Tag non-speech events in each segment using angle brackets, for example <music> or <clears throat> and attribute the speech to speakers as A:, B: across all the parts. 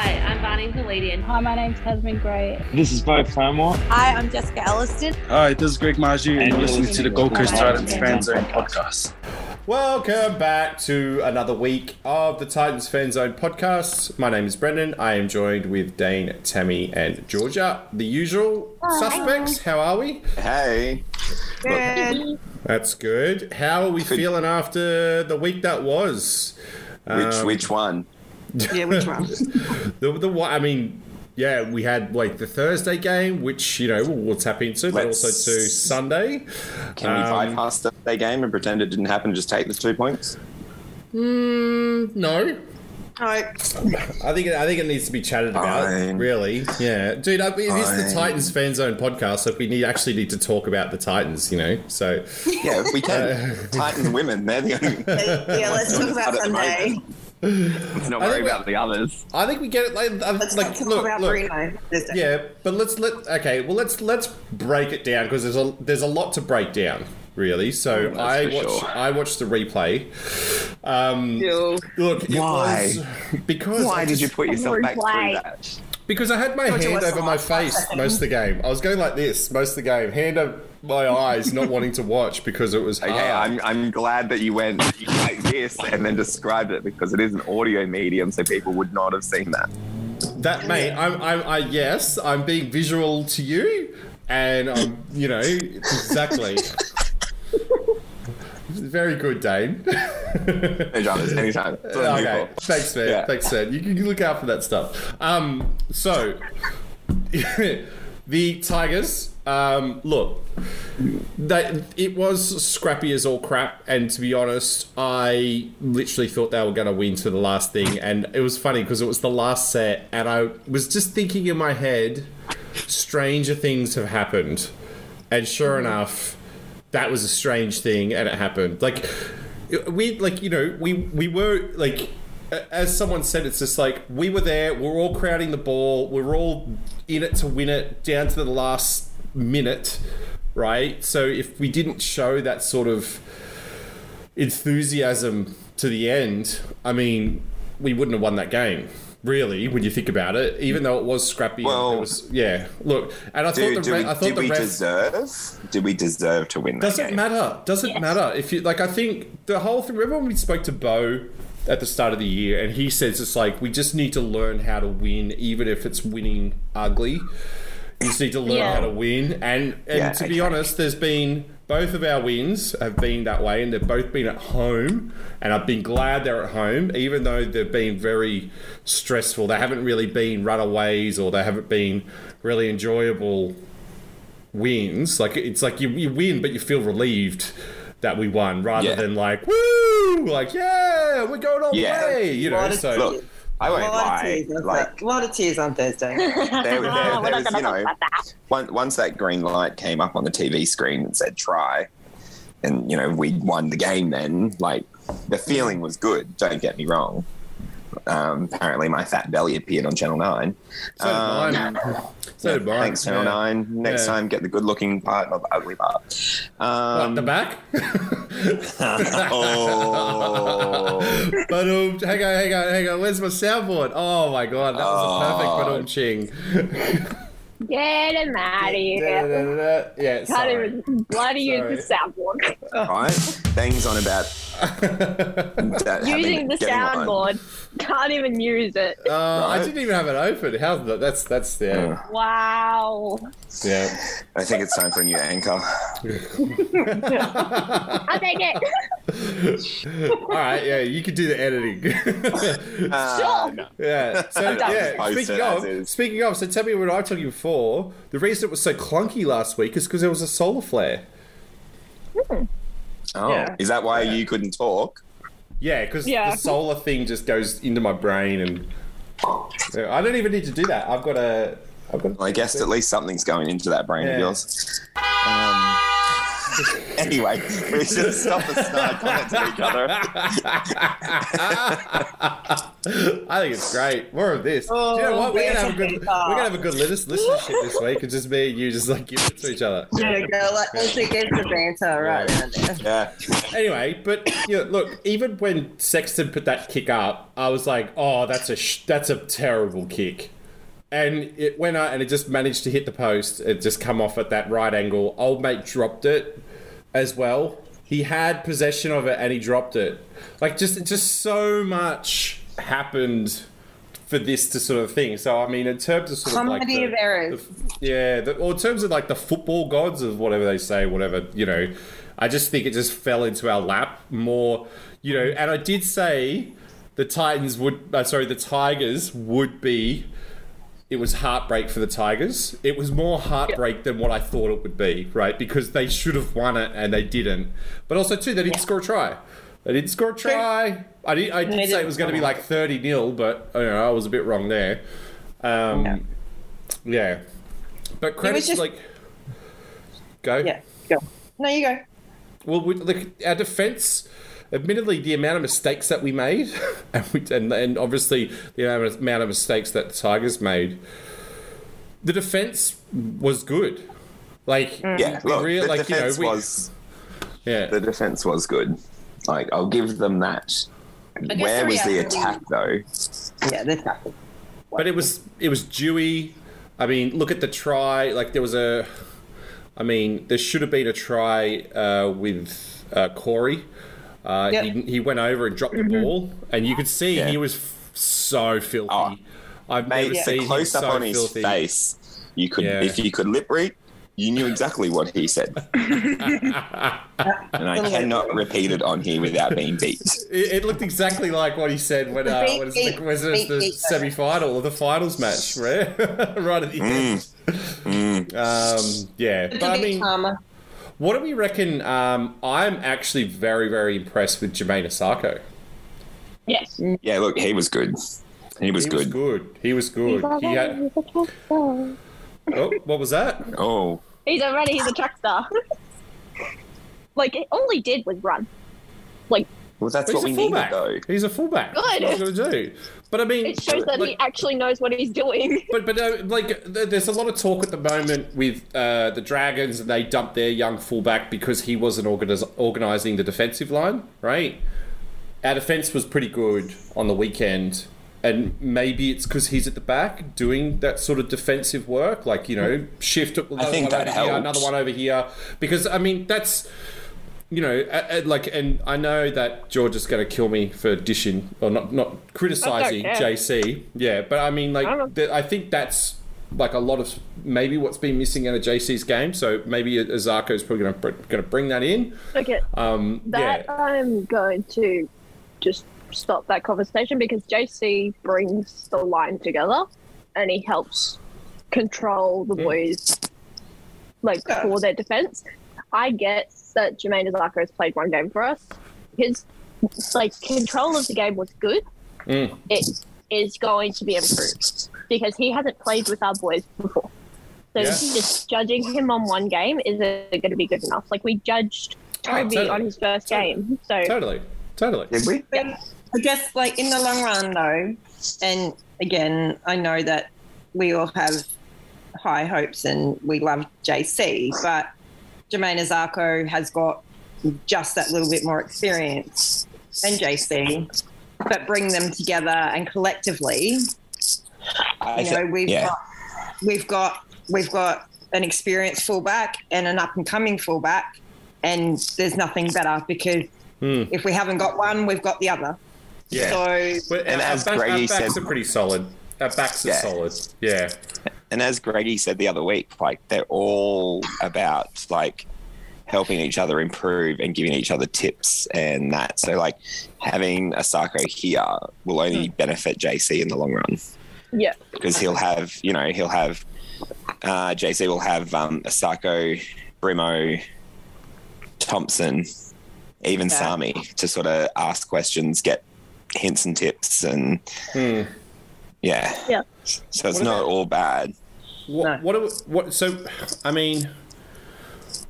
A: My name's Miladian.
B: Hi, my name's Tasman Gray.
C: This is Bo Claremore.
D: Hi, I'm Jessica Elliston.
E: Hi, this is Greg Marju, and you're listening to the Gold Coast
B: Hi.
E: Titans Fan Zone podcast.
F: Welcome back to another week of the Titans Fan Zone podcast. My name is Brendan. I am joined with Dane, Tammy, and Georgia. The usual suspects. How are we?
G: Hey,
F: <laughs>
D: Good.
F: That's good. How are we feeling after the week that was?
G: which
F: Um,
G: which one?
D: Yeah, which one?
F: The the one. I mean, yeah, we had like the Thursday game, which you know we'll, we'll tap into, but
G: Let's-
F: also to Sunday.
G: Can
F: um,
G: we bypass the Thursday game and pretend it didn't happen? Just take the two points.
F: No,
D: No.
F: <laughs> I think I think it needs to be chatted about.
G: Fine.
F: Really, yeah, dude. I mean, this is
G: Fine.
F: the Titans fan zone podcast, so if we need actually need to talk about the Titans, you know. So
G: Yeah, if
F: <laughs>
G: we
F: Uh,
G: can. Titans women, they're the only.
D: Yeah, let's talk about
G: At the
D: Sunday.
G: Let's not
F: I
G: worry
F: think we-
G: about the others.
F: I think we get it. Like, I-
D: Let's
F: like
D: not talk
F: look,
D: about
F: look.
D: Bruno. Thursday.
F: Yeah, but let's let okay. Well, let's let's break it down because there's a there's a lot to break down, really. So
G: Oh, that's
F: I
G: for
F: watch
G: sure.
F: I watched the replay. Um,
D: Ew.
F: Look, it
G: Why?
F: was- because I
G: Why did
F: just-
G: you put yourself
B: Lord,
G: back
B: why?
G: through that?
F: Because I had my
D: Georgia
F: hand
D: was
F: over
D: the
F: my
D: last five
F: face
D: seconds.
F: most of the game. I was going like this most of the game, hand over my eyes, not wanting to watch because it
G: <laughs>
F: was hard.
G: Okay, I'm, I'm glad that you went like this and then described it because it is an audio medium, so people would not have seen that.
F: that mate. I'm, I'm I yes, I'm being visual to you, and I'm you know exactly. Very good, Dane.
G: No
F: <laughs>
G: dramas, anytime. It's all
F: okay,
G: beautiful.
F: thanks, man.
G: Yeah.
F: Thanks, man. You can look out for that stuff. Um, so <laughs> the Tigers. Um, look, they, it was scrappy as all crap, and to be honest, I literally thought they were going to win to the last thing, and it was funny because it was the last set, and I was just thinking in my head, stranger things have happened, and sure enough, that was a strange thing, and it happened. Like we, like you know, we we were like. a- As someone said, it's just like we were there. We're all crowding the ball. We're all in it to win it down to the last minute right? So if we didn't show that sort of enthusiasm to the end, I mean, we wouldn't have won that game. Really, when you think about it, even though it was scrappy, and
G: Well-
F: it was, yeah. Look, and I thought
G: Do,
F: the
G: do
F: re-
G: we,
F: I thought
G: did
F: the
G: we
F: ref-
G: deserve? Did we deserve to win that
F: doesn't
G: game?
F: matter. Doesn't matter if you like. I think the whole thing. Remember when we spoke to Bo at the start of the year, and he says it's like we just need to learn how to win, even if it's winning ugly. You just need to learn
B: Yeah.
F: how to win, and and
G: Yeah,
F: to be
G: okay.
F: honest, there's been both of our wins have been that way, and they've both been at home, and I've been glad they're at home, even though they've been very stressful. They haven't really been runaways, or they haven't been really enjoyable wins. Like it's like you, you win, but you feel relieved that we won, rather
G: Yeah.
F: than like woo, like yeah, we're going all the
G: Yeah.
F: way. You know,
D: What a
F: so
G: Look, I
D: A
G: won't
D: lot of
G: lie.
D: tears. on
G: Like,
D: Thur- a lot of tears on Thursday.
G: there, there,
B: Ah, <laughs> we're
G: there
B: not
G: was,
B: gonna
G: you
B: talk
G: know,
B: about that.
G: once, once that green light came up on the TV screen and said try, and you know we won the game. Then, like, the feeling was good. Don't get me wrong. Um, apparently, my fat belly appeared on Channel Nine.
F: so
G: Um,
F: did mine. so did mine.
G: Thanks, Channel
F: yeah.
G: Nine. Next
F: Yeah.
G: time, get the good-looking part, not the ugly part.
F: What,
G: Um,
F: the back? <laughs>
G: <laughs> oh,
F: but um, hang on, hang on, hang on. Where's my soundboard? Oh my god, that
G: Oh.
F: was a perfect but ching.
B: Get him out of
F: <laughs>
B: here.
F: yeah,
B: Can't
F: sorry.
B: even bloody use the soundboard.
G: right? Things on about that having-
B: Using the
G: getting on.
B: soundboard. Can't even use it.
F: <laughs> Uh, I didn't even have it open. How's that? That's that's yeah,
B: Wow.
F: yeah.
G: I think it's time for a new anchor.
B: I'll take
G: <laughs>
B: it.
F: All right, yeah, you could do the editing.
G: Uh,
F: <laughs> Yeah. So
G: Done.
F: yeah.
G: Post
F: Speaking
G: it as
F: of,
G: is.
F: speaking of, so tell me what I told you before. The reason it was so clunky last week is because there was a solar flare.
G: Oh,
D: Yeah.
G: is that why you couldn't talk?
F: Yeah, because
B: Yeah.
F: the solar thing just goes into my brain, and Yeah, I don't even need to do that. I've got a. I've got.
G: Well, I guess at least something's going into that brain
F: Yeah.
G: of yours. Um, <laughs> anyway, we should stop and start commenting to each
F: <laughs>
G: other.
F: I think it's great. More of this. do you know what? We're gonna have a good. We're gonna have a good listen- listenership this week. It's just me and you, just like giving it to each other.
D: yeah, girl, like, let's get into banter right now. there.
G: Yeah.
F: Anyway, but you know, look, even when Sexton put that kick up, I was like, "Oh, that's a sh- that's a terrible kick." and it went out and it just managed to hit the post. It just come off at that right angle. Old mate dropped it as well. He had possession of it and he dropped it. Like just just so much happened for this to sort of thing. So I mean, in terms of sort of like
D: Comedy
F: the-
D: of errors.
F: the- yeah, the, or in terms of like the football gods of whatever they say, whatever you know. I just think it just fell into our lap more, you know. And I did say the Titans would, uh, sorry, the Tigers would be it was heartbreak for the Tigers. It was more heartbreak than what I thought it would be, right? Because they should have won it and they didn't. But also too, they didn't score a try. They didn't score a try. I did, I did say it was going to be like thirty 0 but I, don't know, I was a bit wrong there. Um,
D: Yeah.
F: Yeah, but credits
D: just-
F: like go.
D: Yeah, go. No, you go.
F: Well, we, look, our defense, admittedly, the amount of mistakes that we made, <laughs> and, we, and, and obviously the amount of, amount of mistakes that the Tigers made, the defense was good. Like,
G: Yeah,
F: we
G: look,
F: rea-
G: the
F: like, you know,
G: defense
F: we-
G: was
F: yeah.
G: the defense was good. Like I'll give them that.
D: guess
G: Where
D: the
G: was the
D: reality-
G: attack though?
D: Yeah, this happened.
F: but it was it was dewy. I mean, look at the try. Like there was a, I mean, there should have been a try uh, with uh, Corey. Uh,
D: Yep.
F: he, he went over and dropped the ball, and you could see
G: Yeah.
F: he was f- so filthy.
G: Oh,
F: I've
G: Mate,
F: never seen
G: the
F: him
G: close up
F: so
G: on his
F: filthy.
G: face. You could,
F: Yeah.
G: if you could lip read, you knew exactly what he
F: <laughs>
G: said. and I cannot repeat it on here without being
F: <laughs>
G: beat.
F: It, it looked exactly like what he said when uh,
D: Beep,
F: when it's the,
D: beep,
F: was it
D: beep,
F: the
D: beep.
F: semi final or the finals match, right? <laughs> right at the
G: Mm.
F: end. Um, yeah, but
D: a
F: I
D: bit
F: mean,
D: calmer.
F: what do we reckon? Um, I'm actually very very impressed with Jermaine Asako.
B: Yes.
G: Yeah, look, he was good. He
F: He was
G: was good.
F: good. He was good. He had, oh, what was that?
G: Oh,
B: He's already he's a track star. <laughs> like it- all he did was run.
G: well, that's
F: He's
G: what we
F: a
G: needed
F: fullback.
G: though.
F: He's a fullback.
B: Good.
F: That's what he's gonna do. But I mean,
B: It shows that he
F: like-
B: actually knows what he's doing. <laughs>
F: But but uh, like th- there's a lot of talk at the moment with uh, the Dragons and they dumped their young fullback because he wasn't organis- organizing the defensive line, right? Our defense was pretty good on the weekend, and maybe it's because he's at the back doing that sort of defensive work, like you know shift. Another one
G: think that
F: over here,
G: helps.
F: another one over here, because I mean that's you know, a- a- like, and I know that George is going to kill me for dishing or not, not criticizing
B: care.
F: JC. Yeah, but I mean, like,
B: I don't know.
F: th- I think that's like a lot of maybe what's been missing out of JC's game. So maybe Azarko is probably going to going to bring that in.
B: Okay.
F: Um,
B: That
F: yeah,
B: I'm going to just stop that conversation because JC brings the line together and he helps control
F: Hmm.
B: the boys like
D: Yeah.
B: for their defense. I get that Jermaine Azarko has played one game for us. His like control of the game was good.
F: Mm.
B: It is going to be improved because he hasn't played with our boys before. So
F: Yeah.
B: just judging him on one game isn't going to be good enough. Like we judged
F: Oh,
B: Toby
F: totally.
B: on his first
F: Totally.
B: game. So
F: totally, totally.
G: Did we?
D: I guess, like in the long run, though, and again, I know that we all have high hopes and we love JC, but Jermaine Azarko has got just that little bit more experience than JC, but bring them together and collectively,
G: I
D: you know,
G: think-
D: we've
G: yeah.
D: got we've got we've got an experienced fullback and an up and coming fullback, and there's nothing better because
F: Hmm.
D: if we haven't got one, we've got the other.
F: Yeah.
D: So
F: But
G: And
F: our,
G: as
F: back, our
G: Grady
F: backs
G: said-
F: are pretty solid. Our backs are
G: Yeah.
F: solid. Yeah,
G: and as Greggy said the other week, like they're all about like helping each other improve and giving each other tips and that. So like having Asako here will only benefit JC in the long run
B: yeah,
G: because he'll have you know he'll have uh, JC will have um, Asako, Brimo, Thompson, even
D: Yeah.
G: Sami to sort of ask questions, get hints and tips, and
F: Hmm.
G: yeah,
B: Yeah.
G: So it's
F: What
G: not
F: about-
G: all bad.
F: What,
D: No.
F: what, do we- what? So, I mean,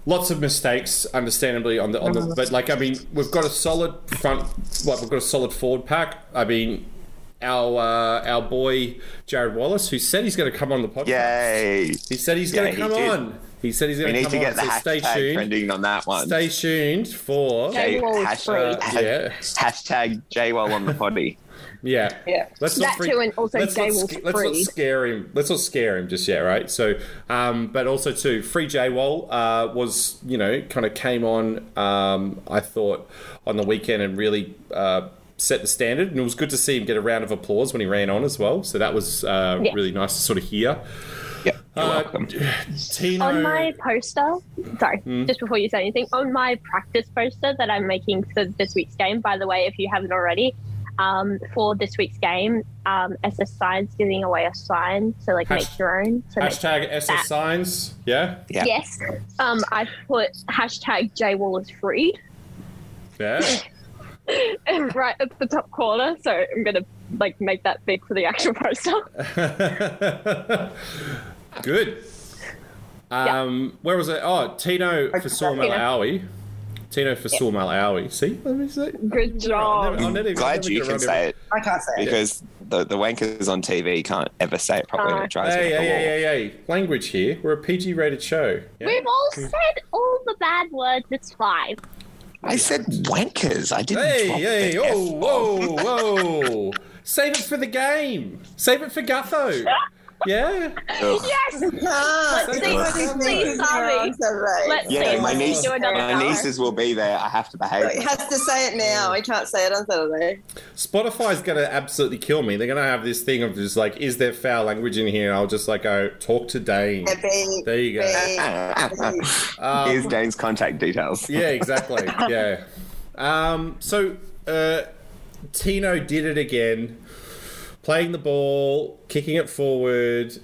F: lots of mistakes, understandably, on the on the. But like, I mean, we've got a solid front. Like, we've got a solid forward pack. I mean, our uh, our boy Jared Wallace, who said he's going to come on the podcast.
G: Yay!
F: He said he's
G: Yeah,
F: going
G: he
F: to come
G: did.
F: on. He said he's
G: We
F: going
G: need
F: come
G: to
F: on.
G: get the
F: so stay
G: hashtag
F: tuned.
G: trending on that one.
F: Stay tuned for.
B: Jay Wall is
G: hash-
B: free.
G: uh,
F: Yeah.
G: hashtag JWall on the potty.
F: Yeah.
D: Yeah.
F: Let's
B: That
F: freak-
B: too, and also
F: let's
B: Jay
F: not,
B: will
F: sca- let's not
B: freeze.
F: scare him. Let's not scare him just yet, right? So, um, but also too, Free J Wall uh, was you know kind of came on. Um, I thought on the weekend and really uh, set the standard, and it was good to see him get a round of applause when he ran on as well. So that was uh,
B: Yeah.
F: really nice to sort of hear.
G: Yeah, you're
F: Uh,
G: welcome.
F: Tino,
B: on my poster, sorry,
F: Hmm.
B: just before you say anything, on my practice poster that I'm making for this week's game, by the way, if you haven't already, um, for this week's game, um, SS Signs giving away a sign to like
F: Hash-
B: make your own. So make-
F: hashtag SS Signs. Yeah,
G: Yeah.
B: Yes. Um, I put hashtag J Wall is freed
F: yeah.
B: <laughs> right at the top corner. So I'm going to like make that big for the actual poster.
F: <laughs> Good. Um, Where was it? Oh, Tino for Sawmill
B: Tino.
F: Owie. Tino for Sawmill Owie. See? Let me say.
B: Good
F: never-
B: job.
F: I'm not even- I'm
G: Glad
F: never
G: you
F: gonna run
G: can say it
D: I can't say it.
G: because the, the wankers on TV can't ever say it
D: Ah.
G: properly. and
B: Uh,
G: it drives
F: Hey,
G: me up
F: hey,
G: the wall.
F: hey, hey, hey. Language here. We're a PG rated show. Yeah?
B: We've all said all the bad words. It's fine.
G: I said wankers. I didn't.
F: Hey,
G: drop
F: hey,
G: the
F: oh,
G: F-bomb.
F: whoa, whoa. Save it for the game. Save it for Gutho. Yeah?
G: Ugh.
D: <laughs>
B: Yes.
D: Ah,
B: Let's
F: see-
B: let's see, Sami. Let's
D: Let's
B: see.
G: Yeah, my
B: Let's
G: niece,
B: do another
G: my
B: hour.
G: nieces will be there. I have to
D: It
G: behave.
D: has to say it now.
F: Mm.
D: I can't say it on Saturday.
F: Spotify's going to absolutely kill me. They're going to have this thing of just like, is there foul language in here? And I'll just like go, talk to Dane. There you go. Um,
G: Here's Dane's contact details.
F: Yeah,
G: <laughs>
F: exactly. yeah. Um, so uh, Tino did it again, playing the ball, kicking it forward.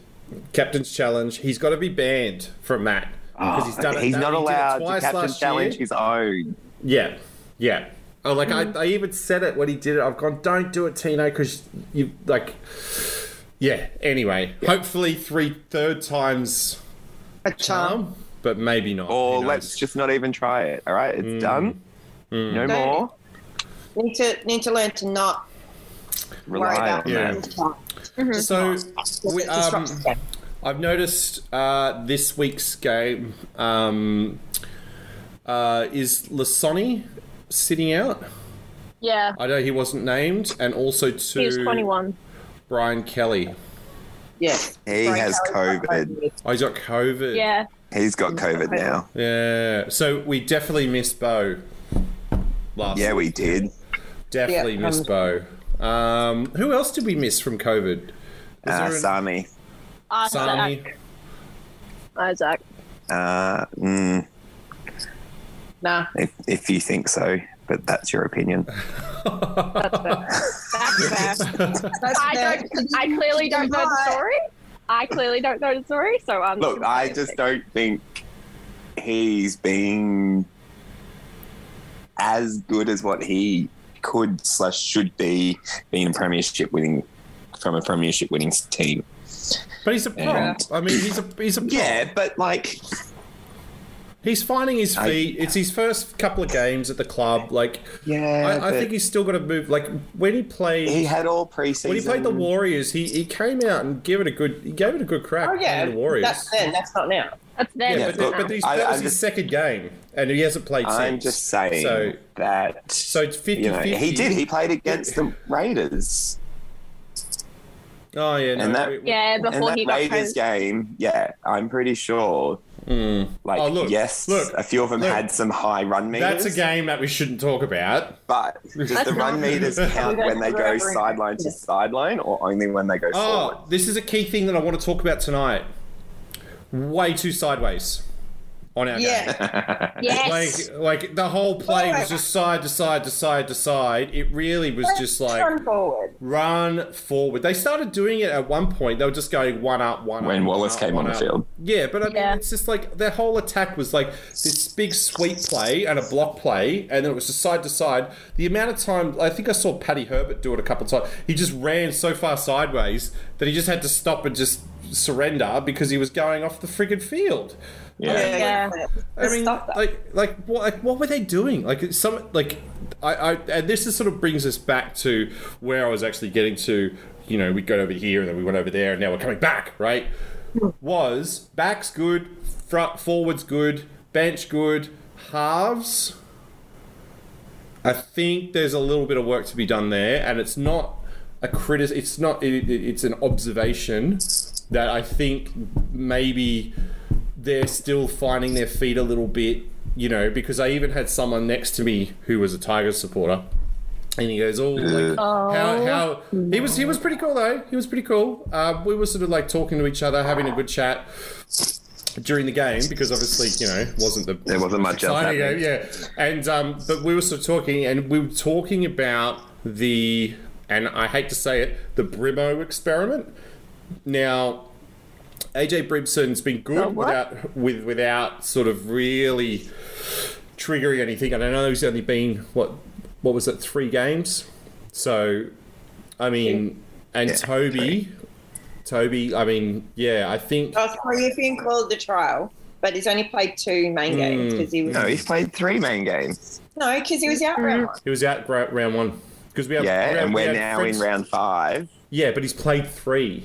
F: Captain's challenge. He's got to be banned from that because he's done it.
G: Ah, He's
F: that-
G: not
F: he did it
G: allowed to
F: twice
G: captain
F: last year.
G: challenge his own.
F: Yeah, yeah. Oh, like
G: Mm.
F: I, I even said it when he did it. I've gone, don't do it, Tino, because you like. Yeah. Anyway, hopefully three third times <laughs>
D: A charm.
F: um, but maybe not.
G: Or
F: Who
G: let's
F: knows? Hmm.
G: just not even try it. All right, it's done. No
D: Don't-
G: more.
D: Need to need to learn to not worry
G: Rely
D: about
G: on
F: Yeah.
G: that.
F: So we,
D: It disrupts
F: um,
D: them.
F: I've noticed uh, this week's game um, uh, is Lasoni sitting out.
B: Yeah.
F: I know he wasn't named, and also to
B: He was 21.
F: Brian Kelly.
D: Yes.
G: He
D: Sorry,
G: has
D: Kelly, but
G: COVID.
F: Oh, he's got COVID.
B: Yeah.
G: He's got COVID now.
F: Yeah. So we definitely missed Bo. Last
G: Yeah,
F: week.
G: we did.
F: definitely
D: Yeah,
F: missed Bo. Um, who else did we miss from COVID? Was
G: Uh,
F: there an-
G: Sami.
B: Isaac.
F: Sami.
B: Isaac.
G: Uh, mm,
F: <laughs>
D: Nah.
G: if, if you think so, but that's your opinion.
B: That's fair. That's fair.
D: That's
B: I
D: fair.
B: don't. I clearly don't know the story. I clearly don't know the story, so I'm. just
G: Look,
B: gonna
G: I
B: say
G: just
B: it.
G: don't think he's been as good as what he could slash should be being a premiership winning from a premiership winning team.
F: But he's a prop.
G: Yeah.
F: I mean, he's a he's a prop.
G: Yeah, but like
F: He's finding his
G: I-
F: feet. it's his first couple of games at the club. Like,
G: yeah,
F: I, I
G: but
F: think he's still got to move. Like when he played,
G: he had all preseason.
F: when he played the Warriors, he, he came out and gave it a good. He gave it a good crack.
D: Oh yeah.
F: playing the Warriors.
D: That's then. That's not now.
B: That's
F: yeah,
B: them.
F: but,
G: look,
F: but he's,
G: I-
F: that was
G: I'm
F: his
G: just-
F: second game, and he hasn't played
G: I'm
F: since.
G: just saying
F: So
G: that
F: so it's 50
G: you know, he did. He played against the Raiders.
F: Oh yeah, no,
G: And that-
F: it-
B: yeah,
G: And
B: before
G: that
B: he got COVID.
G: Raiders game, yeah, I'm pretty sure. Like,
F: Oh, look,
G: yes,
F: look,
G: a few of them
F: look.
G: had some high run meters.
F: That's a game that we shouldn't talk about.
G: But
F: <laughs>
G: does
D: That's
G: the run
D: not-
G: meters count
D: That's
G: when they go
D: forever.
G: sideline to sideline, or only when they go forward?
F: Oh, this is a key thing that I want to talk about tonight. Way too sideways on our game.
D: Yeah.
B: Yes.
F: Like, like the whole play was just side to side to side to side. It really was <laughs> just like
D: Run forward.
F: run forward. They started doing it at one point. They were just going one up, one up.
G: When
F: one
G: Wallace
F: up,
G: came
F: one
G: on the
F: up.
G: field.
F: Yeah, but I mean,
B: Yeah.
F: it's just like their whole attack was like this big sweep play and a block play, and then it was just side to side. The amount of time, I think I saw Paddy Herbert do it a couple of times. He just ran so far sideways that he just had to stop and just surrender because he was going off the friggin' field.
G: Yeah.
B: Yeah.
F: I mean,
D: stop that.
F: like, like what, like, what were they doing? Like, it's some, like, I, I, and this is sort of brings us back to where I was actually getting to. You know, we got over here and then we went over there, and now we're coming back, right? Was backs good, front forwards good, bench good, halves. I think there's a little bit of work to be done there, and it's not a critic. It's not. It, it, it's an observation that I think maybe they're still finding their feet a little bit. You know, because I even had someone next to me who was a Tigers supporter, and he goes, "Oh, like, how, how he was he was pretty cool though. He was pretty cool. Uh, we were sort of like talking to each other, having a good chat during the game because obviously you know it wasn't the
G: There wasn't much else
F: exciting game,
G: happening.
F: yeah. And um, but we were sort of talking, and we were talking about the and I hate to say it, the Brimo experiment. Now, AJ Brimson's been
G: Oh,
F: good without with without sort of really triggering anything. And I know he's only been what what was it three games, so I mean, and
G: Yeah,
F: Toby, Toby, I mean, yeah, I think
D: Oh, sorry if you include the trial, but he's only played two
F: Hmm.
D: main games because he was
G: No, he's played three main games.
D: no because he was out
B: Mm.
D: round one.
F: he was out gra- round one because we have we
G: Yeah,
F: have-
G: and
F: we
G: we're
F: have
G: now
F: French-
G: in round five.
F: Yeah, but he's played three.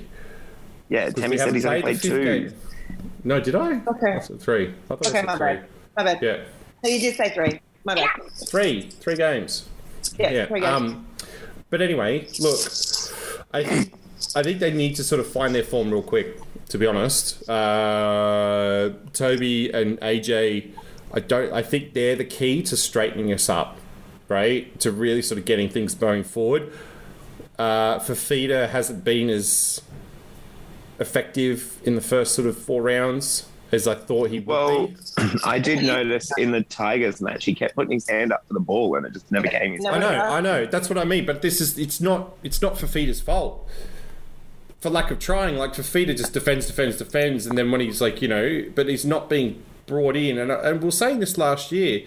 G: Yeah,
F: 'Cause
G: Tammy
F: we
G: said
F: haven't
G: he's only played
F: the
G: two.
F: fifth game. No, did I?
D: Okay.
F: I said three. I thought I
D: Okay,
F: said
D: my
F: three.
D: bad. My bad.
F: Yeah,
D: So you did say three. My bad.
F: three, three games.
D: Yeah.
F: Yeah.
D: three games.
F: Um, but anyway, look, I think I think they need to sort of find their form real quick. To be honest, uh, Toby and AJ, I don't. I think they're the key to straightening us up, right? To really sort of getting things going forward. Uh, Fafita hasn't been as effective in the first sort of four rounds as I thought he would
G: Well,
F: be.
G: <laughs> I did notice in the Tigers match, he kept putting his hand up for the ball and it just never came his
D: No. uh,
F: I
G: way.
F: know, I know. That's what I mean. But this is it's not it's not Fafita's fault. For lack of trying, like Fafita just defends, defends, defends, and then when he's like, you know, but he's not being brought in, and and we were saying this last year,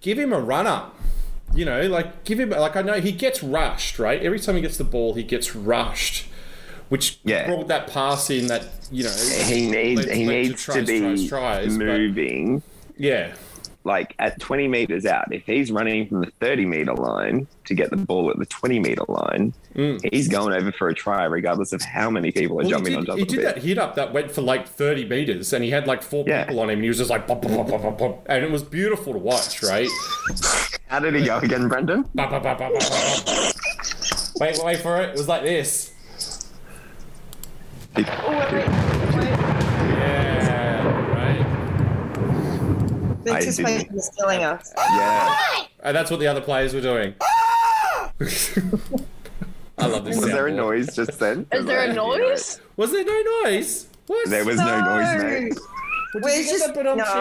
F: give him a run up. You know, like give him like I know he gets rushed, right? Every time he gets the ball, he gets rushed. Which
G: Yeah.
F: brought that pass in that, you know,
G: He needs
F: led-
G: he
F: led
G: needs to
F: tries,
G: be
F: tries, tries, but-
G: moving
F: yeah.
G: like at 20 meters out. If he's running from the 30 meter line to get the ball at the 20 meter line, he's going over for a try regardless of how many people are
F: Mm. Well,
G: jumping
F: he did,
G: on top
F: he
G: of
F: did
G: it.
F: that hit up that went for like 30 meters and he had like four
G: Yeah.
F: people on him and he was just like pop, pop, pop, pop, pop, pop, and it was beautiful to watch right
G: How did he go again, Brendan?
F: Pop, pop, pop, pop, pop, pop, pop. wait wait for it it was like this
D: Oh, wait, wait, wait.
F: yeah right
D: The
G: I
D: two
G: didn't-
D: players are stealing us.
G: Yeah.
F: and that's what the other players were doing <laughs> I love this
G: Ah! Was there a
F: soundboard.
G: noise just then?
B: Is there a noise?
F: was there no noise what
G: There was no noise, mate.
F: Well, did,
D: We're
F: you get
D: just
F: the Badom Ching?
D: no.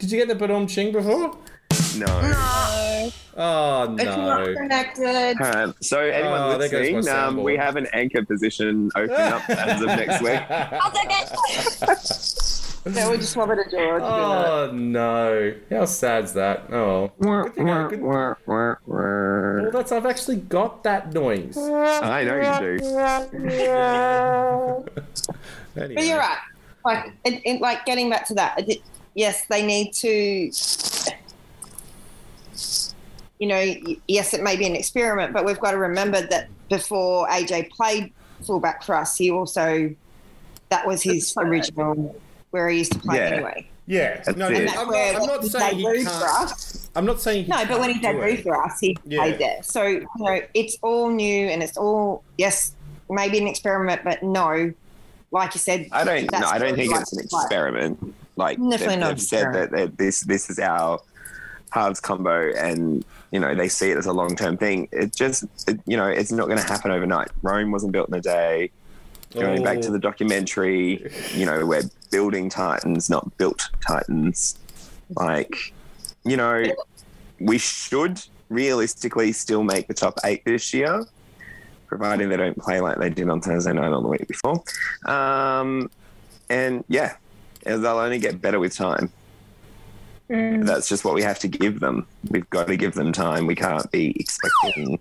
F: did you get the Badom Ching before
G: No.
D: No,
F: oh
D: it's not
F: no
D: connected.
G: Um, so anyone
F: Oh, there goes my
G: listening, um, we
F: soundboard.
G: have an anchor position opening up as of next week.
D: So we just swap it to George.
F: Oh no! How sad's that? Oh, <laughs> Good thing I- good- well, that's I've actually got that noise.
G: I know you do.
F: Anyway.
D: But you're right. Like, it, it, like getting back to that. I did- yes, they need to. You know, y- yes, it may be an experiment, but we've got to remember that before AJ played fullback for us, he also that was his original where he used to play
G: Yeah.
D: anyway.
F: Yeah,
G: That's
F: no,
G: it.
F: I'm,
D: And
F: not-
D: that's
F: I'm
D: where
F: not, I'm not
D: he
F: saying he
D: debuted for
F: can't.
D: us.
F: I'm not saying he
D: No, but when he
F: can't do
D: debuted
F: it.
D: for us, he
F: Yeah.
D: played there. So you know, it's all new and it's all yes, maybe an experiment, but no, like you said,
G: I don't.
D: that's
G: No, I don't
D: what
G: think
D: we
G: it's an
D: like to play.
G: experiment. Like
D: Definitely
G: they've,
D: not
G: they've said that,
D: experiment.
G: that this this is our halves combo, and you know they see it as a long term thing. It just it, you know it's not going to happen overnight. Rome wasn't built in a day. Going back to the documentary, you know we're building titans, not built titans. Like you know, we should realistically still make the top eight this year. Providing they don't play like they did on Thursday night on the week before. Um, and yeah, and they'll only get better with time. That's just what we have to give them. We've got to give them time. We can't be expecting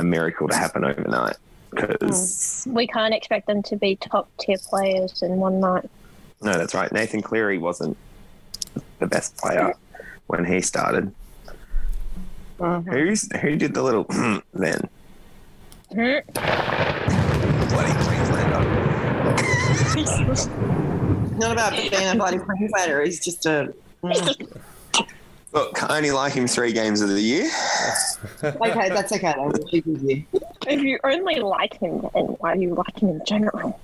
G: a miracle to happen overnight because
B: We can't expect them to be top tier players in one <laughs> night.
G: no, that's right. Nathan Cleary wasn't the best player when he started. Who's who did the little <clears throat> then? Bloody Queenslander. <laughs>
D: mm. It's not about being a bloody translator. He's just a.
G: So Look, I only like him three games of the year.
D: Okay, that's okay. Though. We'll keep with you.
B: If you only like him, then why do you like him in general?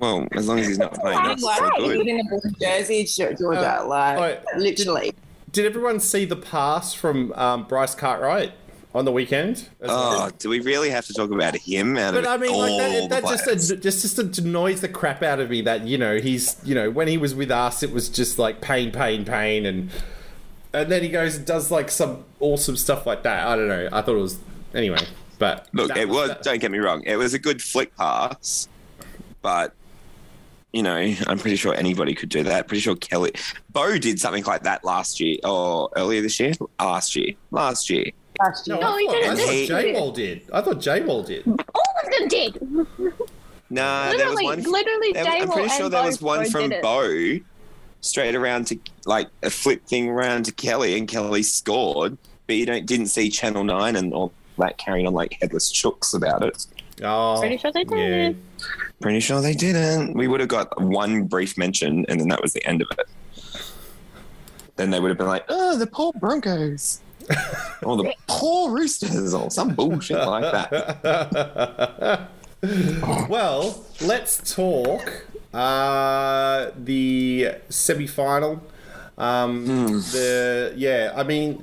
G: Well, as long as he's not playing us, it's all
D: He was
G: good.
D: in a blue jersey, Georgia,
F: Uh,
D: like
F: alright.
D: literally.
F: Did everyone see the pass from um, Bryce Cartwright on the weekend? As
G: Oh, do we really have to talk about him out of
F: But I mean,
G: all
F: like that, that
G: the
F: just,
G: players?
F: just just annoys the crap out of me. That you know, he's you know, when he was with us, it was just like pain, pain, pain, and and then he goes and does like some awesome stuff like that. I don't know. I thought it was anyway. But
G: Look,
F: that
G: it was.
F: that-
G: Don't get me wrong. It was a good flick pass, but you know, I'm pretty sure anybody could do that. Pretty sure Kelly, Bo did something like that last year or earlier this year. Last year, last year.
D: Last year.
F: no,
B: No,
F: I
B: he
F: thought,
B: didn't
F: I thought
G: do
F: J Wall did. I thought J Wall did.
B: All of them did.
G: Nah, Uh, there was
B: literally,
G: one.
B: literally,
G: there-
B: J
G: I'm pretty sure
B: and
G: there
B: Bo
G: was one
B: both
G: from
B: did it.
G: Bo, straight around to like a flip thing around to Kelly, and Kelly scored. But you don't didn't see Channel Nine and all that carrying on like headless chooks about it.
F: Oh,
B: Pretty sure they
F: yeah.
B: did.
G: Pretty sure they didn't. We would have got one brief mention, and then that was the end of it. Then they would have been like, "Oh, the poor
F: <laughs>
G: Broncos." or the poor roosters, or some bullshit like
F: <laughs>
G: that.
F: well, let's talk uh, the semi-final. Um, The yeah, I mean,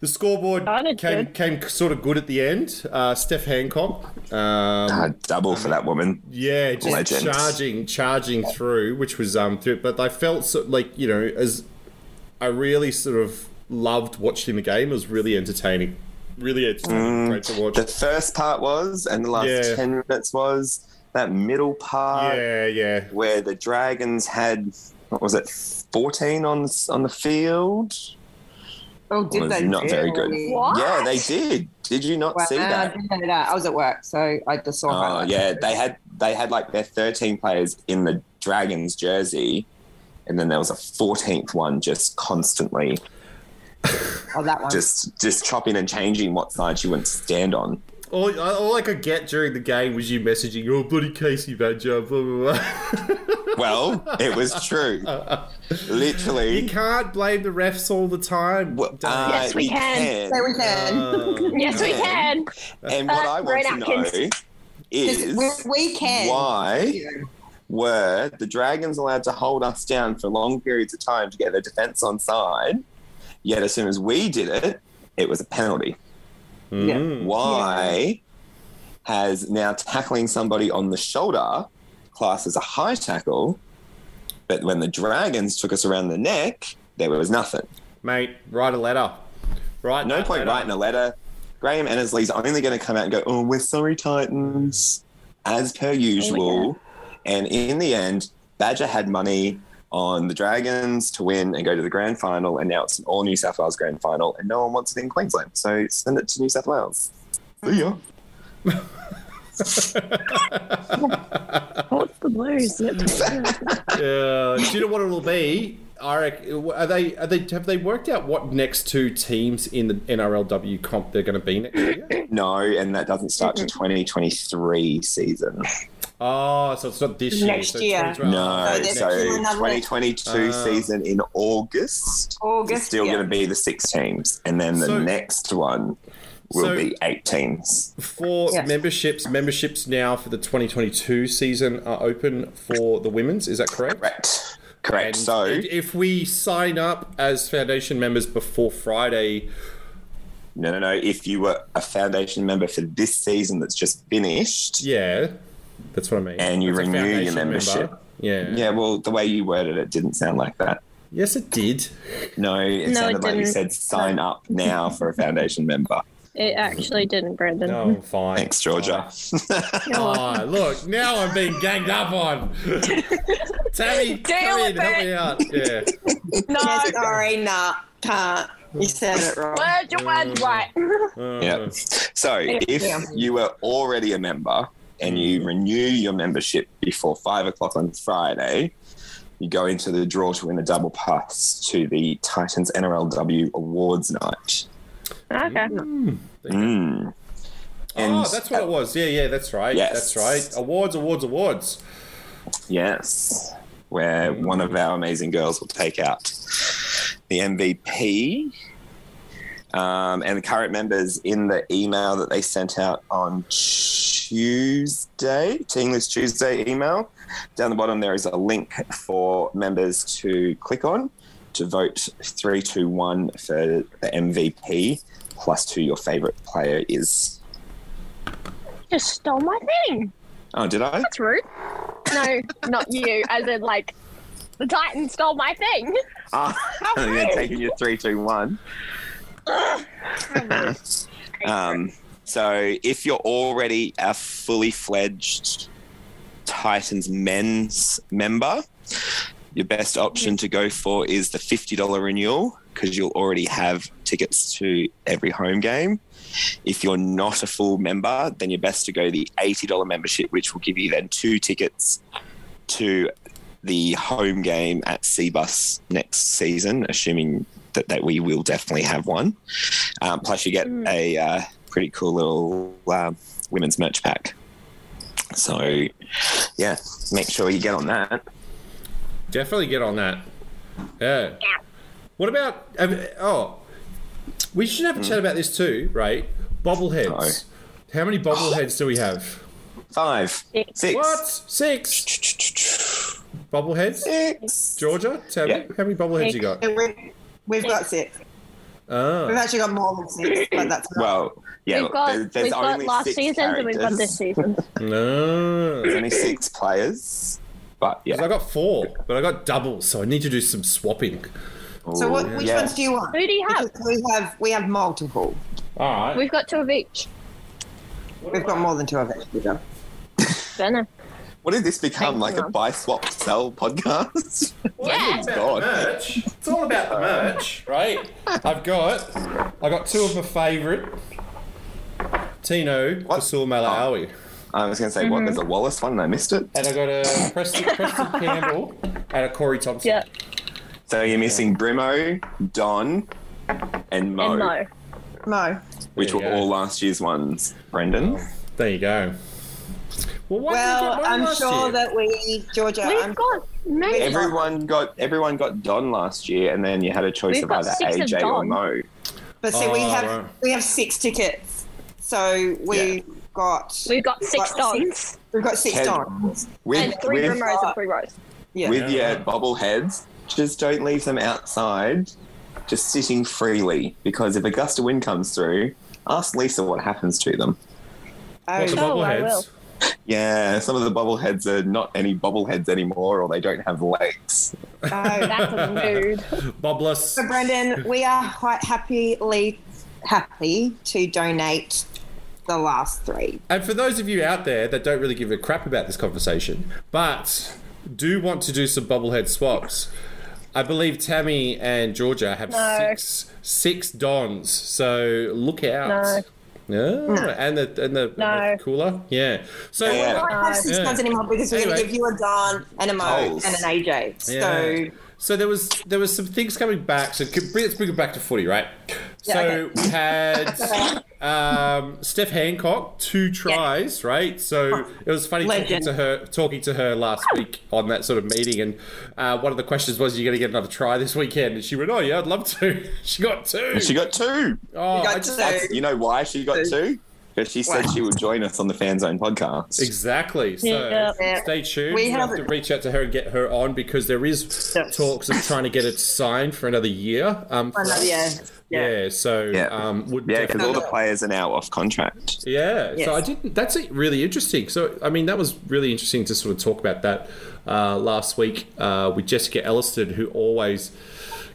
F: the scoreboard
B: Started
F: came
B: good.
F: came sort of good at the end. Uh, Steph Hancock, um,
G: Uh, double for that woman.
F: yeah, just
G: Legend.
F: charging charging through, which was um, through, but I felt so, like you know, as I really sort of loved watching the game. It was really entertaining, really
G: Mm,
F: entertaining, great to watch.
G: The first part was, and the last
F: Yeah.
G: 10 minutes was, that middle part
F: yeah, yeah.
G: where the Dragons had, what was it, 14 on, the- on the field?
D: Oh, did
G: was
D: they?
G: not very good.
D: really?
B: What?
G: Yeah, they did. Did you not
D: Wow,
G: see
D: I,
G: that?
D: didn't know that. I was at work, so I just saw.
G: Oh
D: highlights.
G: yeah, they had they had like their 13 players in the Dragons jersey, and then there was a 14th one just constantly
D: Oh, that one.
G: just just chopping and changing what side she wouldn't stand on.
F: All, all I could get during the game was you messaging, "Oh bloody Casey Badger," blah blah blah. <laughs>
G: Well, it was true.
F: you
G: Literally,
F: can't blame the refs all the time.
G: Well, uh,
B: Yes, we
G: you
B: can.
D: so <laughs> we can.
B: Yes, we can.
G: And what
B: Uh,
G: I want to
B: Brian
G: know
B: Atkins.
G: is
D: Just- we, we can.
G: why
D: You.
G: were the Dragons allowed to hold us down for long periods of time to get their defense on side? Yet as soon as we did it, it was a penalty.
F: Mm.
G: Why has now tackling somebody on the shoulder classed as a high tackle, but when the Dragons took us around the neck, there was nothing.
F: mate, write a letter. Right,
G: No point writing a letter. Graham Ennisley's only going to come out and go, "Oh, we're sorry, Titans," as per usual. And in the end, Badger had money on the Dragons to win and go to the grand final, and now it's an all New South Wales grand final, and no one wants it in Queensland, so send it to New South Wales. See ya.
A: What's the blues?
F: <laughs> Uh, do you know what it'll be? I reckon, are they are they have they worked out what next two teams in the NRLW comp they're going to be next year?
G: No, and that doesn't start to 2023 season.
F: oh, so it's not this year.
D: Next
F: so
D: year.
F: 2012.
G: No,
D: So
G: so
D: there's another-
G: 2022
F: Ah.
G: season in August. It's
D: August.
G: still
D: yeah.
G: going to be the six teams, and then the
F: So-
G: next one will
F: So-
G: be eight teams.
F: for
D: Yes.
F: memberships, memberships now for the 2022 season are open for the women's. Is that correct?
G: Correct. Correct.
F: And
G: so
F: i- if we sign up as foundation members before Friday,
G: no, no, no. If you were a foundation member for this season that's just finished,
F: yeah, that's what I mean.
G: And you
F: That's a
G: renew your
F: foundation member.
G: membership.
F: Yeah.
G: yeah. Well, the way you worded it didn't sound like that.
F: Yes, it did.
G: No, it
B: No, it
G: sounded like you
B: didn't.
G: said sign up now for a foundation member.
B: It actually didn't, Brandon.
F: No, fine.
G: Thanks,
F: <laughs>
G: Georgia. <laughs>
F: Ah, look, now I'm being ganged up on. Tammy, come
B: Deal
F: in, help me out. Yeah.
B: No,
D: Yeah, sorry, nah, can't. You said it wrong.
B: word your word
G: Mm.
B: right.
F: Uh,
G: Yeah. So if
D: Yeah.
G: you were already a member and you renew your membership before five o'clock on Friday, you go into the draw to win a double pass to the Titans NRLW Awards night.
B: Okay.
G: Mm. And
F: Oh, that's what it was. Yeah, yeah, that's right.
G: Yes.
F: That's right. Awards, awards, awards.
G: yes, where one of our amazing girls will take out the MVP. Um, and the current members in the email that they sent out on Tuesday, Teamless Tuesday email, down the bottom there is a link for members to click on to vote 321 for the MVP plus who your favorite player is.
B: Just stole my thing.
G: Oh, did I?
B: That's rude. No, not you. As in, like, the Titan stole my
G: <laughs>
B: thing.
G: Ah, I'm going to take your 321. Um, so if you're already a fully fledged Titans men's member, your best option to go for is the $50 renewal because you'll already have tickets to every home game. If you're not a full member, then you're best to go the $80 membership, which will give you then two tickets to the home game at Seabus next season, assuming that, that we will definitely have one. Um, plus, you get
B: Hmm.
G: a uh, pretty cool little uh, women's merch pack. So, yeah, make sure you get on that.
F: Definitely get on that. Yeah. What about? have- Oh, we should have a
G: Mm.
F: chat about this too, right? Bobbleheads. How many
G: <gasps>
F: bobbleheads do we have?
G: Five,
B: Six.
G: six.
F: What? Six bobbleheads.
G: Six.
F: Georgia, Tabby,
G: Yeah.
F: how many bobbleheads you
B: Six.
F: got?
D: Yeah, we- We've got six. We've
B: <laughs>
F: Ah,
D: actually got more than six, but that's
G: Well, yeah,
B: we've got,
G: there- there's
B: we've got
G: only
B: last
G: six
B: season and we've got
G: characters.
B: this season.
G: There's
F: no.
G: only six players, but
F: I
G: yeah.
F: got four, but I got doubles, so I need to do some swapping.
D: So what,
G: Ooh,
D: which
G: yeah.
D: ones do you want?
B: Who do you have?
G: <laughs>
D: Because we have we have multiple.
F: All right.
B: We've got two of each.
D: We've got more than two of them.
B: Don't know.
G: What did this become?
B: Thank
G: Like
B: you.
G: a buy, swap, sell podcast? <laughs> Oh
B: Yeah.
G: God.
F: merch. It's all about the merch, right? I've got, I got two of my favourite. Tino
G: What? Oh.
F: Basul Malawi,
G: I was going to say,
B: Mm-hmm.
G: what? There's a Wallace one and I missed it.
F: and I got a Preston, Preston
G: <laughs>
F: Campbell and a Corey Thompson.
B: Yeah.
G: So you're missing Brimo, Don, and Mo,
B: And no.
D: Mo.
G: which
F: There you
G: were
F: go. Oh,
G: all last year's ones. Brendan,
F: There you go. Well, why did
D: Well,
F: you get mine
D: I'm
F: last
D: sure
F: year?
D: that we Georgia. I'm,
B: We've got many.
G: everyone got everyone got Don last year, and then you had a choice
B: We've
G: of
B: got
G: either
B: six of
G: AJ or
B: Don.
G: Mo.
D: but see, we
F: Oh,
D: have
F: right.
D: we have six tickets. So we got
B: We've got six
D: We've got six.
B: dons
D: we've got six
G: Ted-
D: dons.
G: With
B: and three
G: with,
B: Primrose and three Rose.
D: Yeah.
G: with your bobbleheads, just don't leave them outside, just sitting freely. Because if a gust of wind comes through, ask Lisa what happens to them.
F: What, the
D: oh,
B: Oh, I
F: bobbleheads?
G: Yeah, some of the bobbleheads are not any bobbleheads anymore, or they don't have legs.
D: oh.
B: That's a mood.
G: <laughs>
F: Bobless.
D: So Brendan, we are quite happily happy to donate the last three.
F: And for those of you out there that don't really give a crap about this conversation, but do want to do some bobblehead swaps, I believe Tammy and Georgia have
B: No.
F: six six dons. So look out. No. And the and the, and
B: No.
F: the cooler. Yeah. So
G: Yeah.
D: We don't have six
F: Yeah.
D: dons anymore because we're going
F: Anyway.
D: to give you a Don and a Mo
G: Holes.
D: and an AJ. So
F: Yeah. So there was there was some things coming back. So c- let's bring it back to footy, right?
D: Yeah,
F: so
D: okay.
F: we
D: <laughs>
F: had um, Steph Hancock two tries, right? So it was funny talking
D: Legend.
F: to her talking to her last week on that sort of meeting, and uh, one of the questions was, "Are you going to get another try this weekend?" And she went, "Oh yeah, I'd love to." <laughs> she got two.
G: She got two.
F: oh,
D: got
F: I just-
D: two.
G: You know why she got two? Because she said she would join us on the Fan Zone podcast.
F: Exactly. So
B: Yeah.
D: Yeah.
F: stay tuned.
D: We
F: We have to
D: haven't-
F: reach out to her and get her on because there is
D: Yes.
F: talks of trying to get it signed for another year. Um, for
D: another- yeah.
F: us. Yeah. So
G: Yeah.
F: um, would
G: Yeah, because all
F: definitely-
G: the players are now off contract.
F: Yeah,
D: Yes.
F: so I didn't. That's it, really interesting. So I mean, that was really interesting to sort of talk about that uh, last week uh, with Jessica Elliston, who always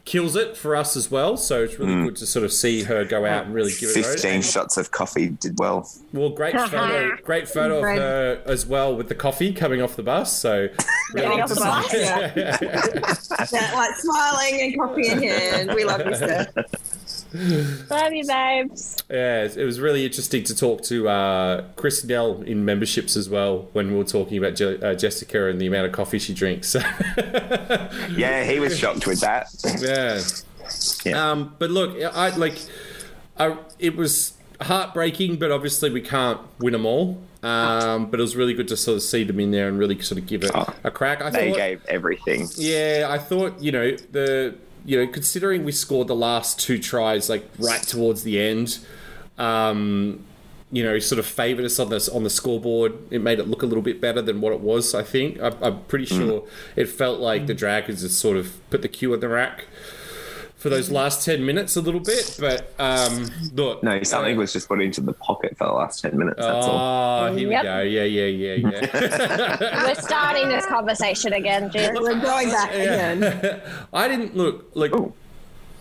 F: kills it for us as well. So it's
G: Hmm.
F: really good to sort of see her go out and really give it her.
G: Fifteen shots of coffee did well.
F: Well,
D: <laughs>
F: great photo, great photo of
D: Right.
F: her as well with the coffee coming off the bus. So really
D: <laughs> Getting off the bus,
F: <laughs>
D: That, like smiling and coffee in hand. We love you, sir.
B: Love you, babes.
F: Yeah, it was really interesting to talk to uh, Chris Nell in memberships as well when we were talking about Je- uh, Jessica and the amount of coffee she drinks. <laughs>
G: Yeah, he was shocked with that.
F: yeah.
G: <laughs> Yeah.
F: Um, but look, I like, I, it was heartbreaking, but obviously we can't win them all. Um, but it was really good to sort of see them in there and really sort of give it
G: Oh.
F: a crack. I
G: They
F: thought,
G: gave everything.
F: yeah, I thought you know the you know, considering we scored the last two tries like right towards the end, um, you know, sort of favoured us on this on the scoreboard. It made it look a little bit better than what it was. I think I, I'm pretty
G: Hmm.
F: sure it felt like the Dragons had sort of put the cue in the rack for those last ten minutes a little bit. But um, look,
G: No, something was just put into the pocket for the last 10 minutes. That's all.
F: Oh, here
A: Yep.
F: we go. Yeah, yeah, yeah,
G: <laughs>
F: yeah.
A: We're starting this conversation again, Jim.
D: We're going back again.
F: <laughs> I didn't look like
G: Ooh.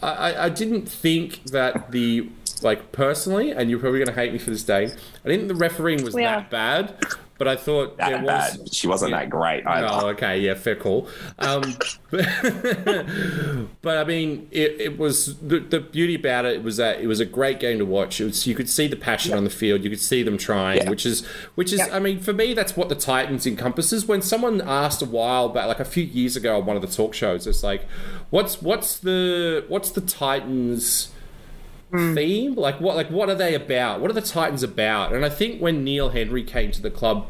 F: I, I- I didn't think that the like personally, and you're probably gonna hate me for this day. I didn't think the refereeing was
A: Yeah.
F: that bad, but I thought
G: That
F: there was.
G: bad. She wasn't
F: yeah.
G: that great either. <laughs>
F: Oh, okay, yeah, fair call. Um, but, but, I mean, it, it was the, the beauty about it was that it was a great game to watch. It was, you could see the passion on the field. You could see them trying,
G: Yeah.
F: which is which is.
D: Yeah.
F: I mean, for me, that's what the Titans encompasses. When someone asked a while back, like a few years ago, on one of the talk shows, it's like, what's what's the what's the Titans? theme? Like what? Like what are they about? What are the Titans about? And I think when Neil Henry came to the club,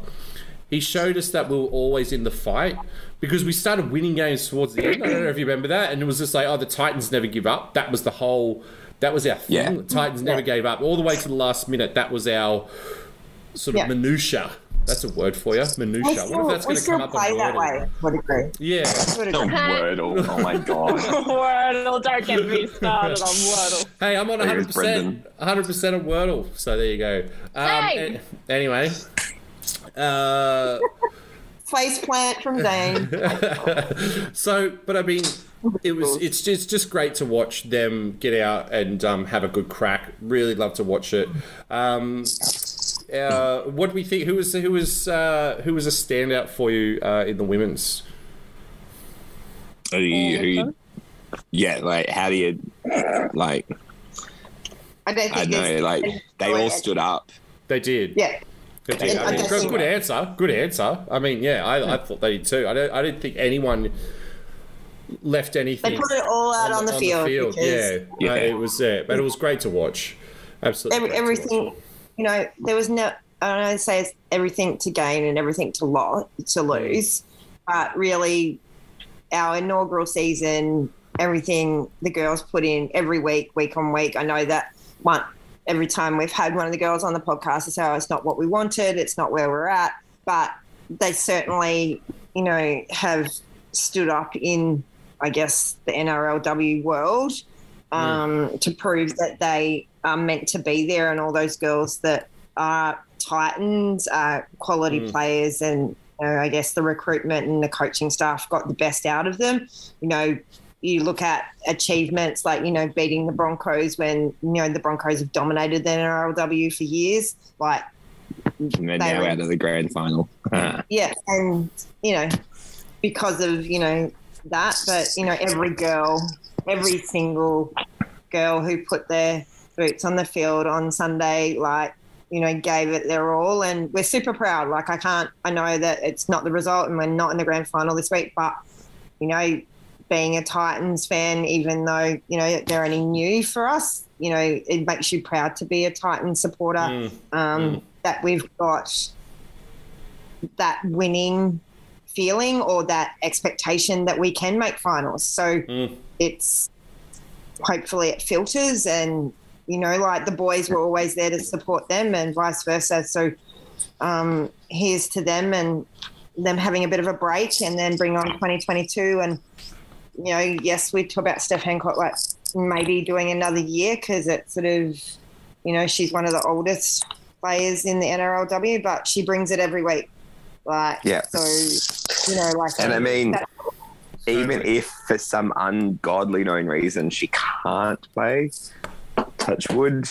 F: he showed us that we were always in the fight because we started winning games towards the end. I don't know if you remember that, and it was just like, oh, the Titans never give up. That was the whole. That was our thing.
G: Yeah.
F: The Titans never gave up all the way to the last minute. That was our sort of
D: Yeah.
F: minutia. That's a word for you,
D: We
F: minutia.
D: still,
F: what if that's going
D: we
F: to
D: still
F: come up on
D: play that
F: Wordle?
D: way. Would agree.
F: Yeah.
D: Would
G: Oh,
D: agree.
G: Wordle. Oh my god.
B: Wordle, don't get me started on Wordle.
F: Hey, I'm on 100
G: There's Brendan.
F: percent, 100 percent of Wordle. So there you go. Um,
A: Hey!
F: an- anyway, uh, <laughs>
D: Face plant from Zane.
F: so but I mean, it was it's just, it's just great to watch them get out and um, have a good crack. Really love to watch it. Um, uh, what do we think? Who was who was uh, who was a standout for you uh, in the women's?
G: <laughs> Who you- who you- yeah, like how do you like?
D: I don't think
G: I know,
D: there's-
G: like they all stood up.
F: They did.
D: Yeah.
F: They did.
G: Yeah,
F: I mean,
D: I
F: good,
D: guess-
F: good answer. Good answer. I mean, yeah, I, I thought they did too. I don't. I didn't think anyone left anything.
D: They put it all out on, the, field, because
F: yeah, No,
G: Yeah.
F: it was. Yeah, but it was great to watch. Absolutely,
D: every,
F: great to
D: everything, you know, there was no, I don't know, I'd say it's everything to gain and everything to, lo- to lose. But really, our inaugural season, everything the girls put in every week, week on week. I know that one, every time we've had one of the girls on the podcast, they say, oh, it's not what we wanted, it's not where we're at. But they certainly, you know, have stood up in, I guess, the NRLW world um, to prove that they are meant to be there, and all those girls that are Titans are quality
F: Mm.
D: players, and you know, I guess the recruitment and the coaching staff got the best out of them. You know, you look at achievements like you know beating the Broncos when you know the Broncos have dominated the NRLW for years, like.
G: And they're
D: They
G: now
D: were-
G: out of the grand final. Uh,
D: Yeah, and you know, because of you know that, but you know, every girl, every single girl who put their boots on the field on Sunday, like you know, gave it their all, and we're super proud. Like I can't, I know that it's not the result, and we're not in the grand final this week, but you know, being a Titans fan, even though you know they're only new for us, you know, it makes you proud to be a Titans supporter
F: watch. Mm,
D: um,
F: Mm.
D: that we've got that winning feeling or that expectation that we can make finals. So
F: Mm.
D: it's hopefully it filters and you know like the boys were always there to support them and vice versa. So um, here's to them and them having a bit of a break and then bring on 2022 and you know yes we talk about Steph Hancock like maybe doing another year because it's sort of you know she's one of the oldest players in the NRLW but she brings it every week like
G: Yeah.
D: so you know like
G: And I mean,
D: that-
G: even if for some ungodly known reason she can't play, touch wood.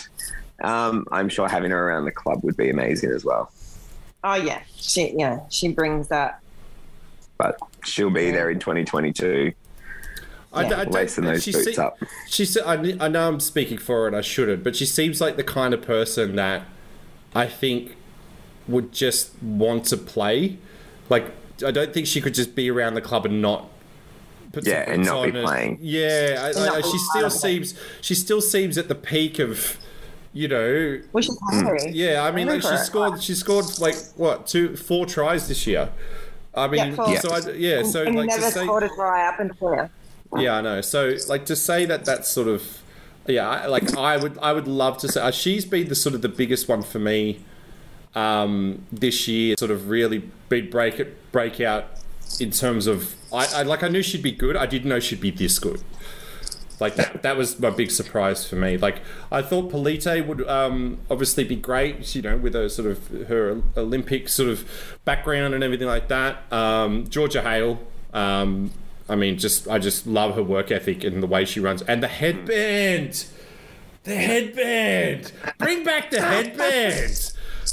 G: Um, I'm sure having her around the club would be amazing as well.
D: oh yeah she yeah she brings that
G: But she'll be there in 2022,
F: I, I don't-
G: lacing those
F: she
G: boots
F: se-
G: up.
F: She said, I, kn- "I know I'm speaking for her, and I shouldn't, but she seems like the kind of person that I think would just want to play. Like, I don't think she could just be around the club and not." Put some
G: Yeah, and
F: boots
G: not
F: on
G: be playing.
F: Yeah, I, I, I, she still seems she still seems at the peak of, you know,
D: well she's
G: Hmm.
D: hungry
F: Yeah, I mean, like she
D: Remember uh, it.
G: uh,
F: scored, she scored like what two, four tries this year. I mean,
D: Yeah, four.
F: so I, yeah, so
D: and
F: like to
D: never
F: say,
D: scored a try up until now.
F: Yeah, I know. So like to say that that's sort of yeah, I- like I would I would love to say uh, she's been the sort of the biggest one for me um, this year. Sort of really big break breakout in terms of I, I like I knew she'd be good. I didn't know she'd be this good. Like that, that was my big surprise for me. Like I thought Polite would um, obviously be great, you know, with her sort of her Olympic sort of background and everything like that. Um, Georgia Hale, um, I mean, just I just love her work ethic and the way she runs and the headband. The headband. Bring back the headband.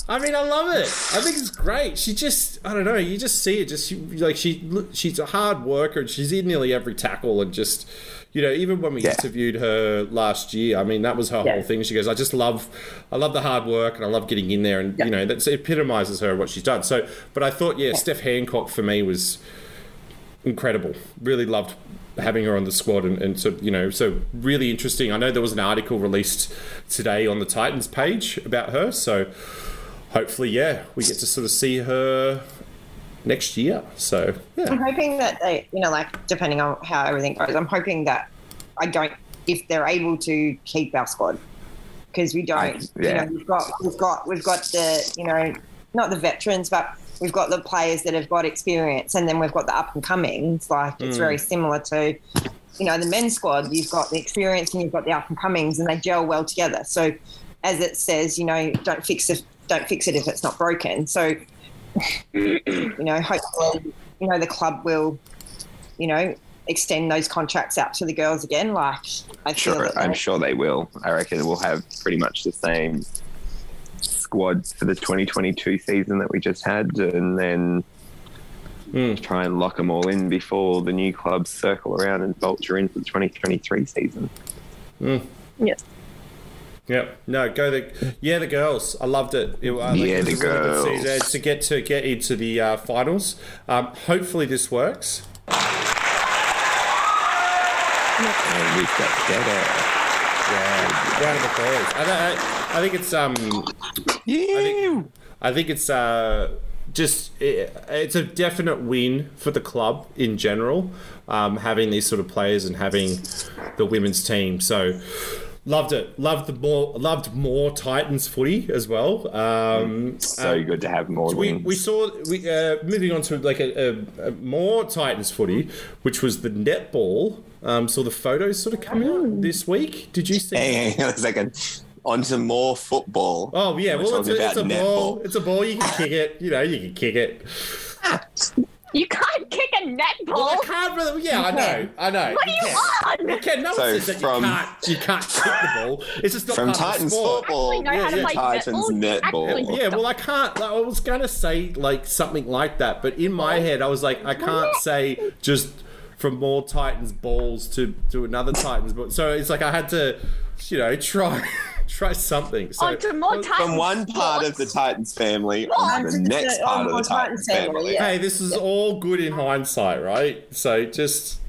F: I mean, I love it. I think it's great. She just, I don't know. You just see it. Just she, like she, she's a hard worker and she's in nearly every tackle and just, you know, even when we interviewed her last year, I mean, that was her whole thing. She goes, I just love, I love the hard work and I love getting in there and you know that's it epitomizes her and what she's done. So, but I thought, yeah, Steph Hancock for me was incredible. Really loved having her on the squad, and, and so you know, so really interesting. I know there was an article released today on the Titans page about her, so hopefully, yeah, we get to sort of see her next year. So yeah,
D: I'm hoping that they, you know, like depending on how everything goes, I'm hoping that I don't, if they're able to keep our squad, because we don't,
G: Yeah.
D: you know, we've got, we've got, we've got the, you know, not the veterans, but we've got the players that have got experience, and then we've got the up and comings. Like it's very similar to, you know, the men's squad. You've got the experience and you've got the up and comings, and they gel well together. So, as it says, you know, don't fix it, don't fix it if it's not broken. So, you know, hopefully, you know, the club will, you know, extend those contracts out to the girls again. Like, I feel
G: Sure,
D: that
G: I'm sure they will. I reckon we'll have pretty much the same squad for the 2022 season that we just had, and then
F: Mm.
G: try and lock them all in before the new clubs circle around and vulture into the 2023 season.
F: yeah, no, go the yeah the girls. I loved it. It- I think
G: Yeah,
F: it
G: the
F: was a really good
G: girls.
F: season. to get to get into the uh, finals. Um, hopefully, this works.
G: And we've got better.
F: Yeah, round of applause. I, I, I think it's um
G: Yeah.
F: I think it's uh, just it, it's a definite win for the club in general, um, having these sort of players and having the women's team. So loved it. Loved the more loved more Titans footy as well. Um,
G: So good to have more
F: we,
G: wins. <laughs>
F: we saw we uh, moving on to like a, a, a more Titans footy, which was the netball. Um, saw the photos sort of come out this week. Did you see?
G: Hey, hang on a second. On to more football.
F: Oh yeah, well it's
G: talking
F: a, it's a
G: about
F: ball.
G: netball.
F: It's a ball. You can kick it. You know, you can
B: <laughs>
F: kick it.
B: You can't kick a
F: Well,
B: netball.
F: I can't really. Yeah, I know. I know.
B: What are you on?
F: You can. No one
G: So
F: says that
G: from-
F: you can't. You can't kick the ball. It's just not
G: From
F: part of the
G: Titans
F: sport.
G: football
B: Actually know how to
G: to
B: play
G: Titans
B: netball.
G: netball.
B: Actually-
F: Yeah, well, I can't. Like, I was gonna say like something like that, but in my head, I was like, I can't say just from more Titans balls to to another Titans ball. So it's like I had to, you know, try <laughs> try something. So
B: Onto more Titans.
G: From one part of the Titans family
D: onto
G: onto the
D: the-
G: next
D: on-
G: part of
D: on
G: the Titans
D: Titans family,
G: family.
D: yeah.
F: hey, this is all good in hindsight, right?
B: <laughs>
F: So just.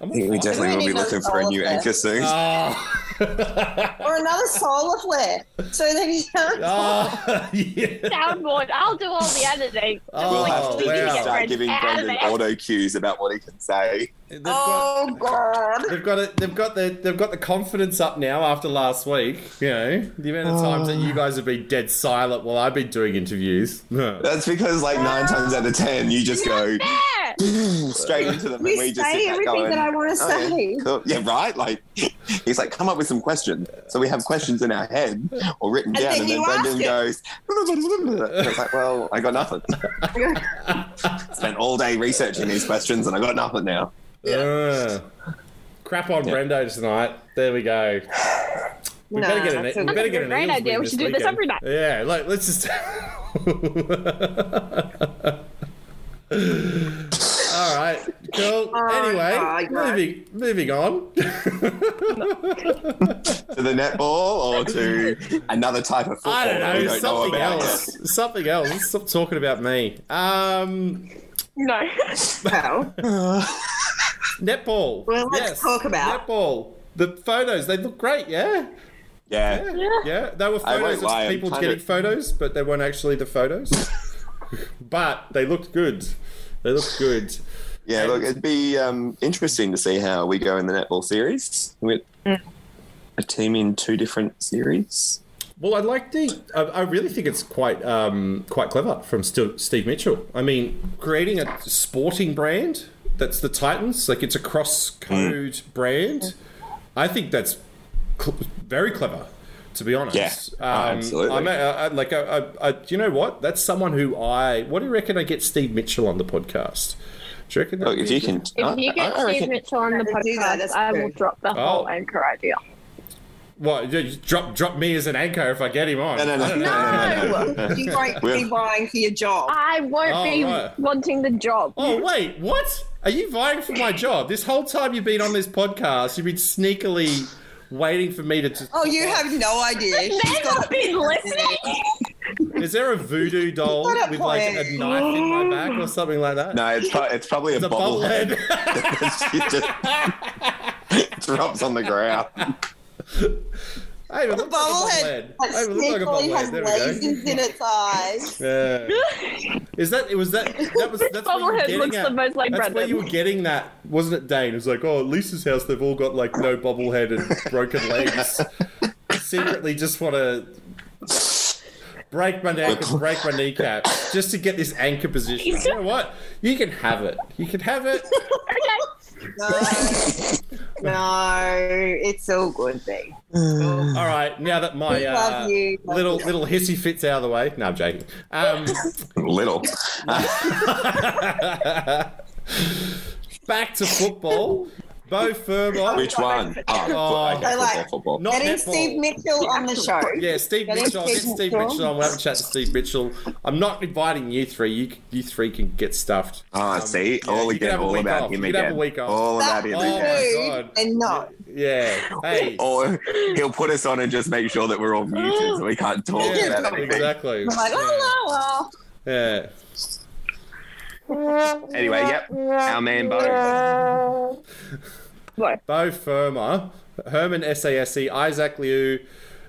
F: I'm all
G: We
F: fine.
G: definitely will be looking for a new anchor soon.
F: <laughs> Ah.
D: or another solar flare. So then you can't.
F: Ah, yeah.
B: soundboard. I'll do all the
F: <laughs>
B: editing.
G: we'll
F: Oh,
G: have to
F: wow.
G: just
F: Get
G: start giving Brendan auto cues about what he can say.
F: They've got-
D: Oh God!
F: They've got it. They've got the. They've got the confidence up now after last week. You know the amount of times that you guys have been dead silent while I've been doing interviews.
G: That's because, like, nine times out of ten, you just go
B: Yeah.
G: <gasps> straight into them.
D: You
G: and we just
D: say
G: sit back
D: everything
G: going,
D: that I want to
G: "Oh, yeah,
D: say.
G: cool." Yeah, right? Like, <laughs> he's like, come up with some questions. So we have questions in our head or written down,
D: then
G: and then
D: you ask
G: Brendan
D: it.
G: goes, and it's like, well, I got nothing. <laughs> Spent all day researching these questions, and I got nothing now.
F: Ah. crap on Brendo tonight. There we go. We
D: Nah,
F: better get an.
D: that's
F: We
D: a-
F: better get an
B: That's a great
F: Eels
B: idea.
F: win
B: We should do this
F: weekend.
B: every night.
F: Yeah, like let's just. <laughs> All right, cool. anyway,
D: God.
F: moving moving on.
G: to the netball or to another type of football
F: I don't
G: that we
F: know,
G: don't know
F: something
G: about
F: else. Something else. Stop talking about me. Um,
B: No.
D: Well,
F: netball.
D: Well, let's
F: yes.
D: talk about-
F: netball. The photos. They look great. Yeah.
G: yet. Yeah.
F: Yeah. yeah. They were
G: I won't
F: photos
G: lie,
F: of
G: I'm
F: people
G: kind
F: getting
G: of-
F: photos, but <laughs> they weren't actually the photos. but they looked good. They looked good.
G: Yeah, look, it'd be um, interesting to see how we go in the netball series with a team in two different series.
F: Well, I like the. I, I really think it's quite um, quite clever from St- Steve Mitchell. I mean, creating a sporting brand that's the Titans, like it's a cross code
G: Mm.
F: brand. I think that's cl- very clever, to be honest. Um,
G: Yeah. Oh, absolutely.
F: I'm a, I, like, I, I, I, you know what? That's someone who I. What do you reckon? I get Steve Mitchell on the podcast. Do you reckon? that'd
G: Look, if
F: be-
G: Oh, you can,
B: If you get Steve Mitchell on the
D: Let's do that,
B: podcast,
D: that's
B: I will
D: good.
B: drop the
F: Oh.
B: whole anchor idea.
F: What? you- you Drop drop me as an anchor if I get him on.
G: No, no, no,
F: I
G: no,
F: don't know.
G: no, no, no, no.
D: You won't
G: We're-
D: be vying for
F: <laughs>
D: your job.
B: I won't
F: Oh,
B: be
F: right.
B: wanting the job.
F: Oh wait, what? Are you vying for my job? This whole time you've been on this podcast, you've been sneakily waiting for me to. Just...
D: Oh, you have no
F: <laughs>
D: idea. She's
B: They've
D: got
B: not
D: a,
B: been listening.
F: Is there a voodoo doll
D: What a
F: with like a
D: plan.
F: knife in my back or something like that?
G: No, it's, pro- it's probably a
F: it's a
G: bobblehead.
F: bobblehead.
G: she <laughs> just <laughs> drops on the ground.
F: hey, it looks like a bobblehead. Hey,
D: bobblehead
F: it looks like a
D: sneakily has
F: bobblehead. There we go.
D: lasers in its eyes.
F: Yeah. Is that? Was that? That was. That's what you were
B: Bobblehead
F: getting
B: looks
F: at.
B: the most like
F: That's where
B: Brendan.
F: you were getting that, wasn't it, Dane? It was like, oh, at Lisa's house, they've all got like no bobblehead and
D: <laughs>
F: broken legs. Secretly, just want to break my neck and break my kneecap just to get this anchor position. You know what? You can have it. You can have it.
B: okay.
D: No, <laughs> no, it's all good, B.
F: All right. Now that my
D: We
F: uh,
D: love you. Love
F: little
D: you.
F: little hissy fits out of the way. No, I'm joking. Um, <laughs>
G: Little.
F: back to football. Bo Furbo.
G: Which one?
F: Oh.
G: Oh, okay,
D: I like-
G: football, football.
F: Not
D: Getting
F: netball.
D: Steve Mitchell on the show.
F: Yeah, Steve
D: That is
F: Mitchell. I'll get
D: Steve
F: Steve
D: Mitchell.
F: Mitchell. I'm having a chat to Steve Mitchell. I'm not inviting you three. You you three can get stuffed.
G: Ah, see,
F: Um, yeah, you
G: all
F: can
G: again,
F: have a
G: all
F: week
G: about
F: off.
G: him
F: You can
G: again.
F: have a week off.
G: All about
D: That
G: him
F: Oh,
G: again.
F: my God.
D: food and no.
F: Yeah.
G: <laughs>
F: Hey.
G: Or he'll put us on and just make sure that we're all muted so we can't talk
F: Yeah,
G: about anything.
F: exactly.
D: I'm like, oh,
F: Yeah.
G: Anyway, yep, our man Bo.
F: Bo Firma, Herman SASE, E, Isaac Liu,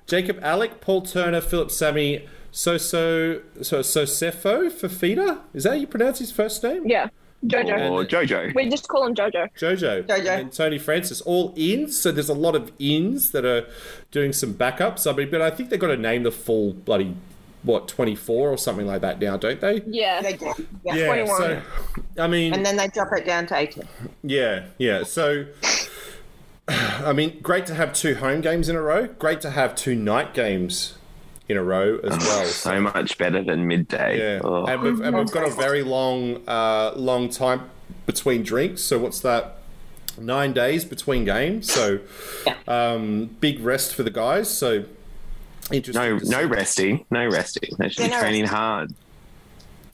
F: Jacob Alec, Paul Turner, Philip Sammy, Soso so Sosefo Fafita. Is that how you pronounce his first name?
B: Yeah. Jojo.
F: Oh.
G: Or Jojo.
B: We just call him Jojo.
F: Jojo,
D: Jojo.
F: and Tony Francis, all ins. So there's a lot of ins that are doing some backups. I mean, but I think they've got to name the full bloody what 24 or something like that now, don't they?
B: Yeah.
D: wow. They do. Yeah.
F: Yeah.
B: 21.
F: So I mean,
D: And then they drop it down to 18.
F: yeah, yeah. So <sighs> I mean, great to have two home games in a row. Great to have two night games in a row as well.
G: So much better than midday.
F: Yeah,
G: Oh.
F: and we've, and we've got a very long, uh, long time between drinks. So what's that? Nine days between games. So um, big rest for the guys. So interesting.
G: No,
F: to see.
G: no resting, no resting. They should be
D: Yeah, no
G: training hard.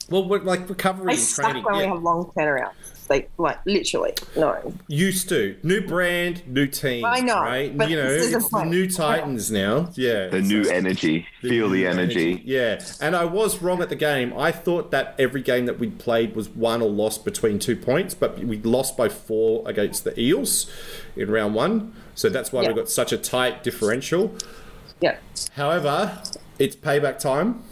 F: Well, we're like recovery
D: They
F: and training.
D: suck when we
F: yeah.
D: have long turnarounds. Like, like literally, no.
F: Used to new brand, new team.
D: I know,
F: right?
D: but
F: you know,
D: this is a
F: it's the
D: point.
F: new Titans now. Yeah,
G: The new energy, feel the energy.
F: Yeah, and I was wrong at the game. I thought that every game that we played was won or lost between two points, but we lost by four against the Eels in round one. So that's why
D: Yeah.
F: we got such a tight differential.
D: Yeah.
F: However, it's payback time.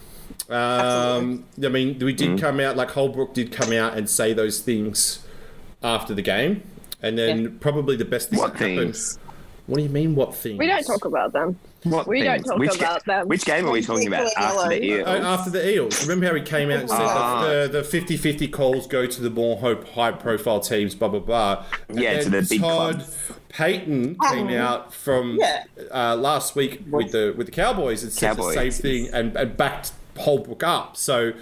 F: Um, I mean, we
G: Mm-hmm.
F: did come out, like Holbrook did come out and say those things after the game. And then
D: Yeah.
F: probably the best thing
G: What
F: that happened-
G: things?
F: What do you mean, what things?
B: We don't talk about them.
G: What
B: We don't
G: things?
B: talk
G: which, ga-
B: about them.
G: Which game are we talking about after the
D: Particularly
G: ear?
F: Oh, after the Eels. Remember how he came out and said
G: Ah.
F: that the, the 50 50 calls go to the more hope, high profile teams, blah, blah, blah. And
G: Yeah, to
F: then
G: the big
F: Todd
G: clubs.
F: Payton came out from
D: Um, Yeah.
F: uh, last week with the with the Cowboys and said
G: Cowboys.
F: the same thing and, and backed Holbrook up. So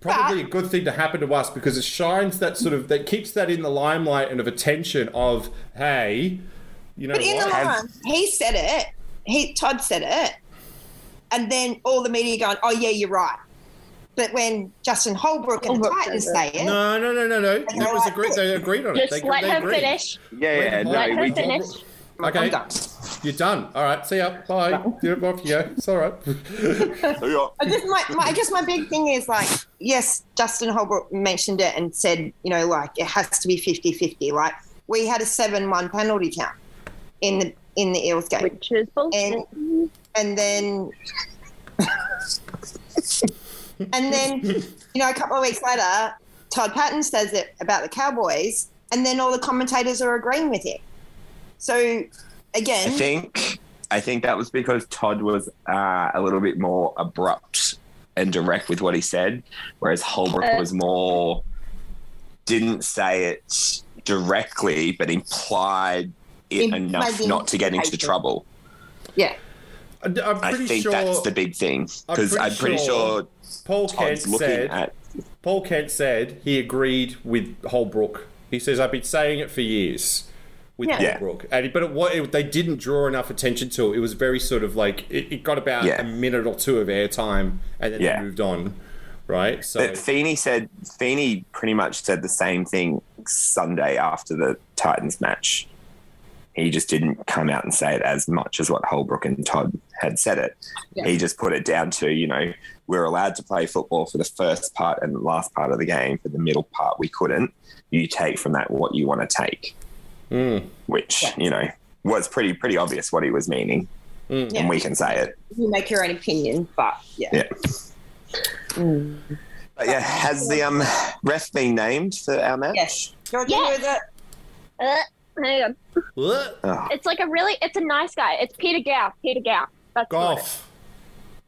F: probably a good thing to happen to us because it shines that sort of, that keeps that in the limelight and of attention of, hey, you know
D: But in
F: what?
D: the long run, he said it. He Todd said it, and then all the media going, "Oh yeah, you're right." But when Justin Holbrook and the
B: Holbrook
D: Titans
B: said
D: say it,
F: no, no, no, no, no. It was agreed. They agreed on it.
B: Just
F: They-
B: let
F: they
B: her
F: agreed.
B: finish.
G: yeah, yeah,
B: Let
G: no,
B: her
G: we,
B: finish.
F: Okay.
D: I'm done.
F: You're done. All right. See ya. Bye. You're off you go. It's all
D: <laughs>
F: right.
D: I guess my, my I guess my big thing is like, yes, Justin Holbrook mentioned it and said, you know, like it has to be 50-50. Like we had a seven-one penalty count in the in the Eels game.
B: Which is bullshit.
D: and and then <laughs> and then you know a couple of weeks later Todd Patton says it about the Cowboys, and then all the commentators are agreeing with him. So
G: I
D: again,
G: think I think that was because Todd was uh, a little bit more abrupt and direct with what he said, whereas Holbrook
B: Uh,
G: was more didn't say it directly, but implied it
D: Implied
G: enough
D: the
G: not to get into
D: implication.
G: trouble.
D: yeah,
F: I'm, I'm
G: I
F: pretty
G: think
F: sure
G: that's the big thing because
F: pretty
G: I'm pretty
F: sure
G: sure,
F: Paul Kent
G: Todd's looking
F: said
G: at
F: Paul Kent said he agreed with Holbrook. He says I've been saying it for years with
D: Yeah.
G: Yeah.
F: Holbrook, and but it, wa- it, they didn't draw enough attention to it. It was very sort of like it, it got about
G: Yeah.
F: a minute or two of airtime, and then
G: Yeah.
F: they moved on. Right, so
G: But Feeney said Feeney pretty much said the same thing Sunday after the Titans match. He just didn't come out and say it as much as what Holbrook and Todd had said it.
D: Yeah.
G: He just put it down to, you know, we're allowed to play football for the first part and the last part of the game. For the middle part, we couldn't. You take from that what you want to take,
F: Mm.
G: which,
D: Yeah.
G: you know, was pretty pretty obvious what he was meaning.
F: Mm.
G: And we can say it.
D: you make your own opinion, but yeah,
G: Yeah.
D: Mm.
G: But yeah, has the um ref been named for our match?
D: yes. George,
B: Yes.
D: you were the-
B: Uh, hang on.
F: Ugh.
G: Oh,
B: It's like a really, it's a nice guy. It's Peter Gough. Peter Gough. That's the word.
F: Goff,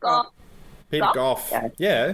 B: Gough.
F: Peter
B: Goff.
F: Goff, yeah,
D: Yeah.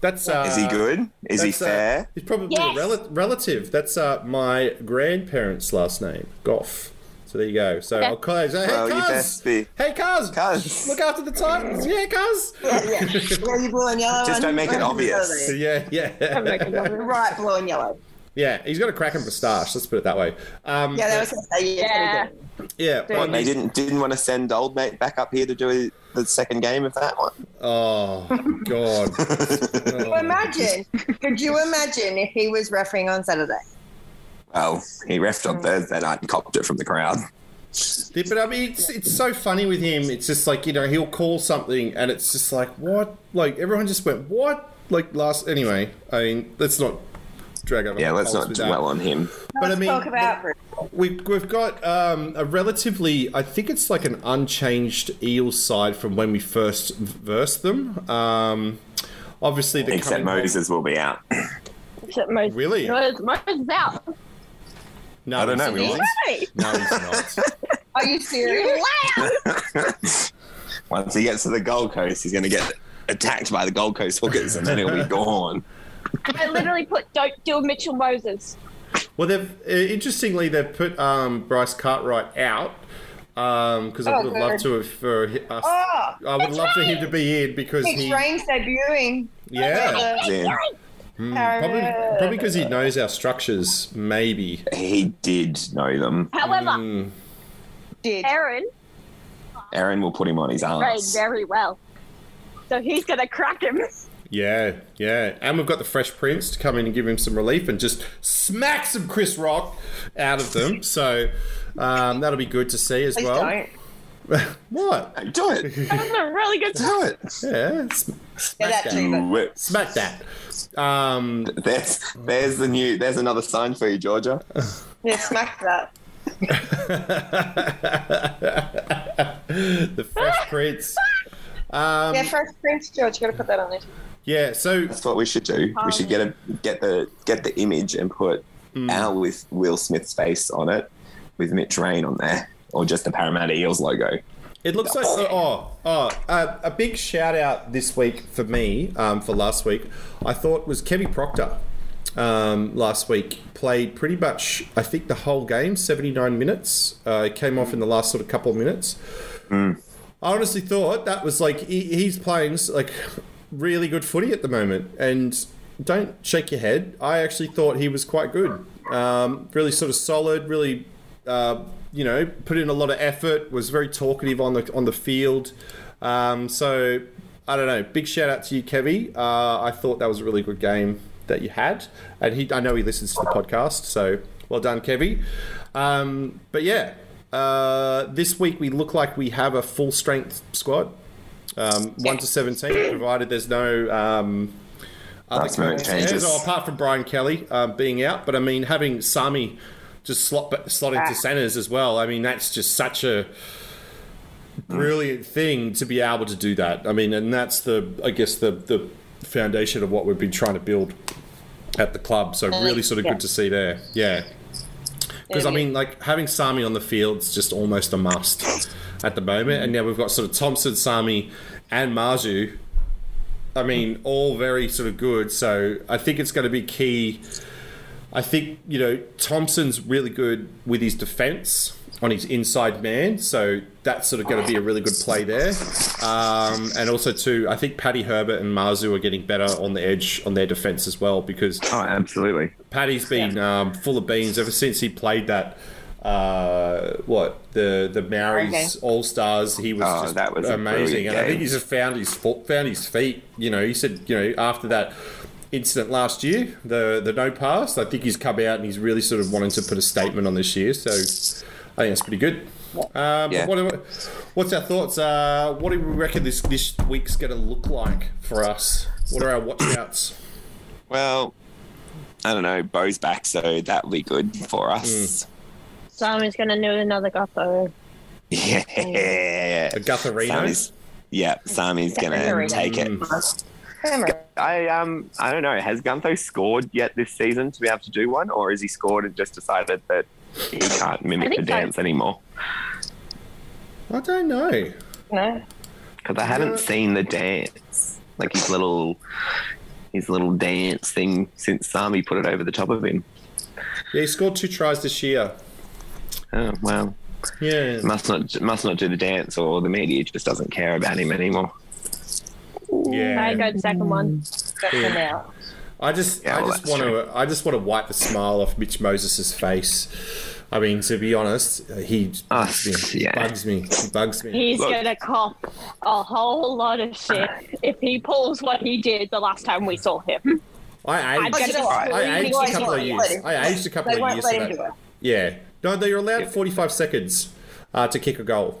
F: that's uh,
G: is he good? Is he
F: that's, uh,
G: fair?
F: he's probably
B: Yes.
F: a rel- relative. That's uh, my grandparents' last name, Goff. So there you go. So I'll call. Hey,
G: Well, you
F: cuz!
G: best be.
F: Hey, cuz!
G: Cuz.
F: Look after the Titans. Yeah, cuz!
D: yeah, yeah. Were you blue and yellow?
G: Just
D: one?
G: don't make it obvious.
F: <laughs> Yeah, yeah.
D: Right, blue and yellow.
F: yeah, he's got a cracking moustache. Let's put it that way. Um,
D: Yeah, that was gonna say, yeah. it's
F: yeah,
G: But they didn't didn't want to send old mate back up here to do the second game of that one.
F: Oh, God.
G: <laughs>
D: pretty good. Imagine, could you imagine if he was refereeing on Saturday?
G: Well, he refed
B: Mm.
G: on Thursday night and copped it from the crowd.
F: Yeah, but I mean, it's, it's so funny with him. It's just like you know he'll call something, and it's just like what? Like everyone just went what? Like last anyway. I mean, let's not drag over.
G: Yeah, let's
F: polls
G: not
F: with that.
G: dwell on him.
F: But I mean,
D: Talk about
F: we've we've got um, a relatively. I think it's like an unchanged eel side from when we first versed them. Um, obviously, the
G: Except Moses will be out.
B: Except Moses.
F: Really?
B: Moses, Moses is out.
F: No,
G: I don't
F: he's
G: know, really.
F: not. No,
D: <laughs>
F: he's not.
D: Are you serious?
G: Once he gets to the Gold Coast, he's going to get attacked by the Gold Coast hookers, and then he'll be
B: <laughs>
G: gone.
B: I literally put, don't do a Mitchell Moses.
F: Well, they've uh, interestingly they've put um, Bryce Cartwright out because I
D: Oh,
F: would have loved to have for hi- us.
D: Oh,
F: I would love for him to be in because
D: Big
F: he,
D: Rain's debuting.
F: yeah,
G: Yeah,
F: Mm, probably probably because he knows our structures, maybe.
G: he did know them.
B: However,
F: Mm.
D: Did.
B: Aaron
G: Aaron will put him on his
B: played
G: arms.
B: very well. So he's going to crack him.
F: Yeah, yeah, and we've got the Fresh Prince to come in and give him some relief and just smack some Chris Rock out of
D: <laughs>
F: them. So um, that'll be good to see as
D: Please
F: well.
D: don't.
F: what?
G: Do it.
B: That's a really good
G: Do it.
F: Yeah, sm-
D: Yeah,
F: smack
D: that
F: that.
D: too, but
G: Do it.
F: Smack that. Um, <laughs>
G: There's there's the new there's another sign for you, Georgia.
D: yeah, smack that.
F: the Fresh Prince. Um,
D: <laughs> Yeah, Fresh Prince George, you gotta put that on there.
F: yeah, so
G: That's what we should do. We should get a get the get the image and put our with Will Smith's face on it, with Mitch Rain on there, or just the Parramatta Eels logo.
F: it looks like oh oh uh, a big shout out this week for me um, for last week. I thought was Kevin Proctor um, last week played pretty much I think the whole game seventy nine minutes. Uh, he came off in the last sort of couple of minutes. I honestly thought that was like he, he's playing like really good footy at the moment, and don't shake your head. I actually thought he was quite good, um, really sort of solid, really uh, you know put in a lot of effort, was very talkative on the on the field. Um, so I don't know. Big shout out to you, Kevy. Uh, I thought that was a really good game that you had, and he I know he listens to the podcast, so well done, Kevy. Um, but yeah, uh, this week we look like we have a full strength squad, um, one to seventeen, provided there's no um, other
G: Last minute changes.
F: Oh, apart from Brian Kelly um, being out. But I mean, having Sami just slot slot into centres as well. I mean, that's just such a brilliant thing to be able to do that. I mean, and that's the I guess the the foundation of what we've been trying to build at the club. So really sort of
D: yeah.
F: good to see there. Yeah. Because I
D: Yeah.
F: mean, like having Sami on the field's just almost a must at the moment, and now we've got sort of Thompson, Sami, and Marju. I mean, all very sort of good. So I think it's going to be key. I think you know Thompson's really good with his defence on his inside man, so that's sort of going to be a really good play there. Um, and also too, I think Paddy Herbert and Marzu are getting better on the edge on their defence as well because
G: Oh, absolutely.
F: Paddy's been um, full of beans ever since he played that. Uh, what the the Maoris
D: Okay.
F: All Stars? He was
G: Oh,
F: just
G: that was a
F: amazing,
G: brilliant
F: and I think
G: game.
F: he's just found his fo- found his feet. You know, he said you know after that incident last year, the the no pass. I think he's come out and he's really sort of wanting to put a statement on this year. So I think that's pretty good. Um,
G: Yeah.
F: what, are- what's our thoughts? Uh, what do we reckon this this week's going to look like for us? What are our watchouts?
G: Well, I don't know. Bo's back, so that'll be good for us.
B: Sami's gonna do another gutho.
G: <laughs> Yeah.
F: The Gutherino.
G: Sami's, yeah, Sami's gonna
D: Gutherino.
G: take it.
F: Mm.
G: I um I don't know. Has Guntho scored yet this season to be able to do one, or has he scored and just decided that he can't
B: I
G: mimic
B: think
G: the
B: so.
G: dance anymore?
F: I don't know.
D: No.
G: Because I haven't seen the dance, like his little his little dance thing since Sami put it over the top of him.
F: Yeah, he scored two tries this year.
G: Oh well,
F: Yeah.
G: must not must not do the dance, or the media just doesn't care about him anymore.
F: Yeah.
B: I go to the second one.
F: Yeah. I just,
G: Yeah,
F: I
G: well,
F: just
G: that's
F: want to, I just want to wipe the smile off Mitch Moses' face. I mean, to be honest, he bugs me. He
G: Ah, yeah.
F: bugs me. He bugs me.
B: He's
G: Look.
B: gonna cop a whole lot of shit if he pulls what he did the last time we saw him.
F: I
B: I'd
F: aged,
B: get it right.
F: I aged a
D: They
F: couple of
D: won't let
F: years.
D: him.
F: I aged a couple
D: They
F: of
D: won't
F: years.
D: let
F: for
D: him do
F: that.
D: it.
F: Yeah. No, they were allowed 45 seconds uh, to kick a goal.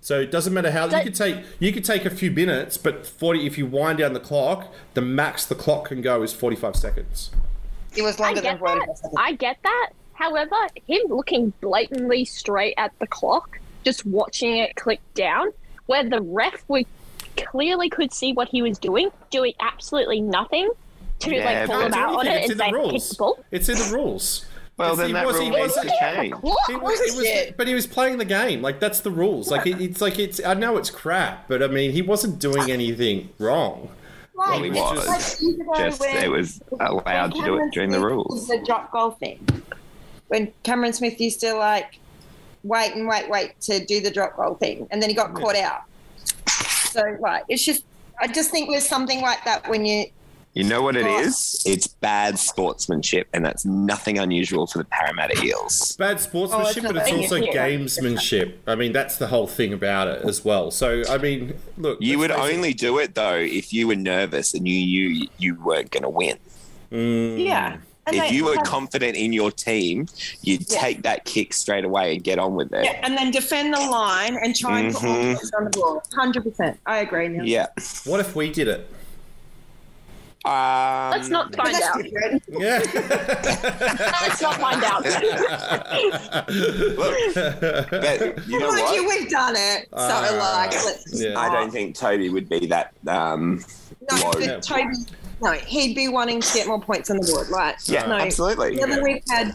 F: So it doesn't matter how you could take you could take a few minutes, but 40 if you wind down the clock, the max the clock can go is 45 seconds.
D: It was
B: I
D: longer than
B: get
D: forty
B: that. I get that. However, him looking blatantly straight at the clock, just watching it click down, where the ref we clearly could see what he was doing, doing absolutely nothing to
G: Yeah,
B: like call
G: but-
B: him out on it
F: It's in
B: and
F: the
B: say kick
F: rules.
B: the ball.
F: It's in the rules.
G: Well,
F: It's-
G: then
F: he
G: that
F: was- he
G: rule needs
F: was-
G: to
F: He
G: change.
F: was, it was,
D: Bullshit.
F: but he was playing the game. Like that's the rules. Like it, it's like it's. I know it's crap, but I mean he wasn't doing anything wrong.
G: Well, he was just it was allowed to do it during the rules.
D: The drop goal thing. When Cameron Smith used to like wait and wait, wait to do the drop goal thing, and then he got caught out. So like, it's just I just think there's something like that when you
G: You know what it
D: Well-
G: is? It's bad sportsmanship, and that's nothing unusual for the Parramatta Eels.
F: Bad sportsmanship,
D: Oh, it's
F: but it's
D: not-
F: also
D: yeah.
F: gamesmanship. I mean that's the whole thing about it as well. So I mean, look,
G: You would
F: let's face it.
G: only do it though if you were nervous and you knew you weren't going to win.
F: Mm,
D: yeah. And
G: If
D: they-
G: you were confident in your team, you'd
D: Yeah.
G: take that kick straight away and get on with it.
D: yeah, and then defend the line and try and put all
G: Mhm.
D: players on the ball. Hundred percent, I agree. Now.
G: Yeah.
F: What if we did it?
B: <laughs>
G: Um,
B: Let's not
D: But
B: find
D: that's
B: out.
D: different.
G: <laughs>
F: Yeah.
B: <laughs> Let's not find out.
F: <laughs>
G: Look, but
D: <laughs>
G: you know
D: Mind you,
G: what?
D: we've done it, so
F: Uh,
G: Ah,
D: like, let's
F: <laughs>
D: just
F: yeah.
G: I don't think Toby would be that. Um,
D: No,
G: Low.
D: but Toby, no, he'd be wanting to get more points on the board. Like,
G: yeah,
D: no,
G: absolutely.
D: Whenever we've had,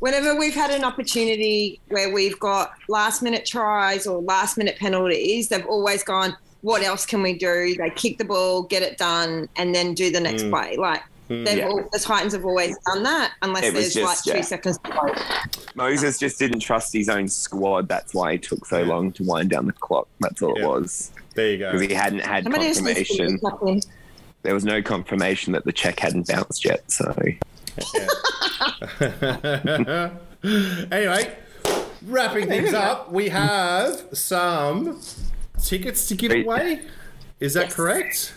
D: whenever we've had an opportunity where we've got last minute tries or last minute penalties, they've always gone, "What else can we do?" They kick the ball, get it done, and then do the next
F: Mm.
D: play. Like.
F: Mm.
D: They've
G: Yeah.
D: all, the Titans have always done that, unless
G: It was
D: there's
G: just,
D: like two
G: yeah.
D: seconds to go.
G: Moses just didn't trust his own squad. That's why he took so long to wind down the clock. That's all
F: Yeah.
G: it was.
F: There you go.
G: Because he hadn't had
D: Somebody else needs to
G: confirmation.
D: do something.
G: There was no confirmation that the check hadn't bounced yet. So,
F: <laughs> anyway, wrapping things up, we have some tickets to give away. Is that correct?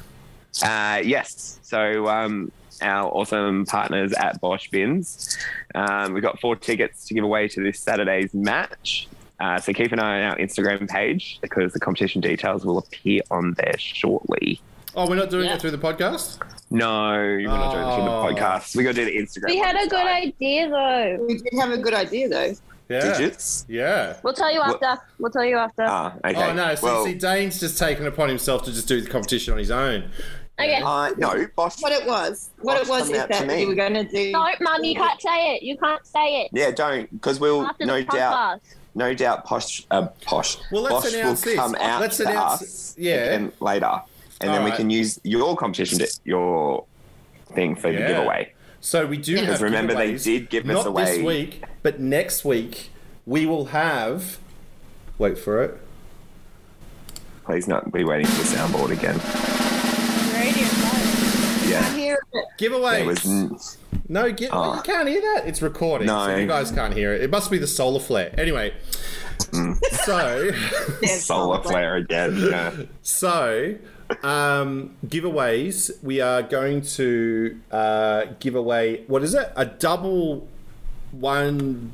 G: uh, yes. So, um, our awesome partners at Bosch Bins. Um, we've got four tickets to give away to this Saturday's match. Uh, so, keep an eye on our Instagram page because the competition details will appear on there shortly.
F: Oh, we're not doing it through the podcast.
G: No, we're not doing this on the
F: Oh.
G: podcast. we got to do the Instagram.
B: We had
G: one
B: a good
G: side.
B: idea though.
D: We did have a good idea though.
F: Yeah.
G: Digits?
F: Yeah.
B: We'll tell you
G: What-
B: after. We'll tell you after.
G: Ah, okay.
F: Oh no! See,
G: well,
F: see, Dane's just taken upon himself to just do the competition on his own.
B: Okay.
G: Uh, no, Bosch.
D: What it was, what
G: Oh,
D: it was
G: come
D: is
G: out to
D: that
G: me.
D: we were going to do.
B: No, mum, you can't say it. You can't say it.
G: Yeah, don't, because
F: Oh,
G: we'll
B: After
G: no
B: the
G: doubt,
B: podcast.
G: no doubt, Posh, uh, Posh,
F: Well, let's
G: Bosch
F: announce
G: will
F: this.
G: come out
F: Let's
G: to
F: announce-
G: us
F: yeah.
G: again later, and then we
F: Alright.
G: can use your competition, to, your thing for
F: Yeah.
G: the giveaway.
F: So we do have
G: Because remember, they
F: giveaways.
G: did give us
F: Not
G: away-
F: this week, but next week we will have. Wait for it.
G: Please not be waiting for the soundboard again.
D: I
G: Yeah,
D: hear it.
F: Giveaways.
G: it was.
F: No, get,
G: Oh.
F: you can't hear that. It's recording, so
G: No.
F: you guys can't hear it. It must be the solar flare. Anyway, so <laughs>
D: Oh,
G: solar flare again. Yeah.
F: so um, giveaways. We are going to uh, give away what is it? A double one